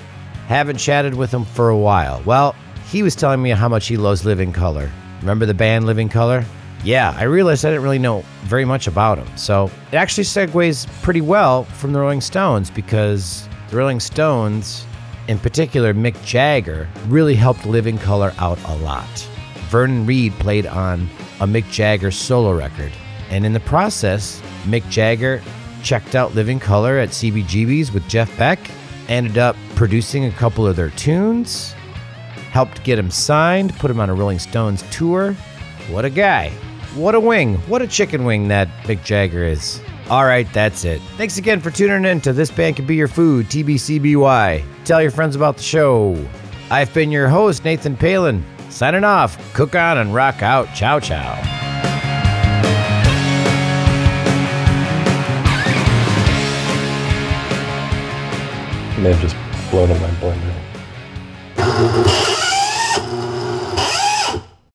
Speaker 2: Haven't chatted with him for a while. Well, he was telling me how much he loves Living Color. Remember the band Living Color? Yeah, I realized I didn't really know very much about him. So it actually segues pretty well from the Rolling Stones because the Rolling Stones, in particular Mick Jagger, really helped Living Color out a lot. Vernon Reid played on a Mick Jagger solo record. And in the process, Mick Jagger checked out Living Color at CBGB's with Jeff Beck, ended up producing a couple of their tunes, helped get him signed, put him on a Rolling Stones tour,
Speaker 4: What a guy. What a wing. What a chicken wing that Mick Jagger is. All right, that's it. Thanks again for tuning in to This Band Could Be Your Food, TBCBY. Tell your friends about the show. I've been your host, Nathan Palin. Signing off. Cook on and rock out. Ciao, ciao.
Speaker 6: I may have just blown up my blender.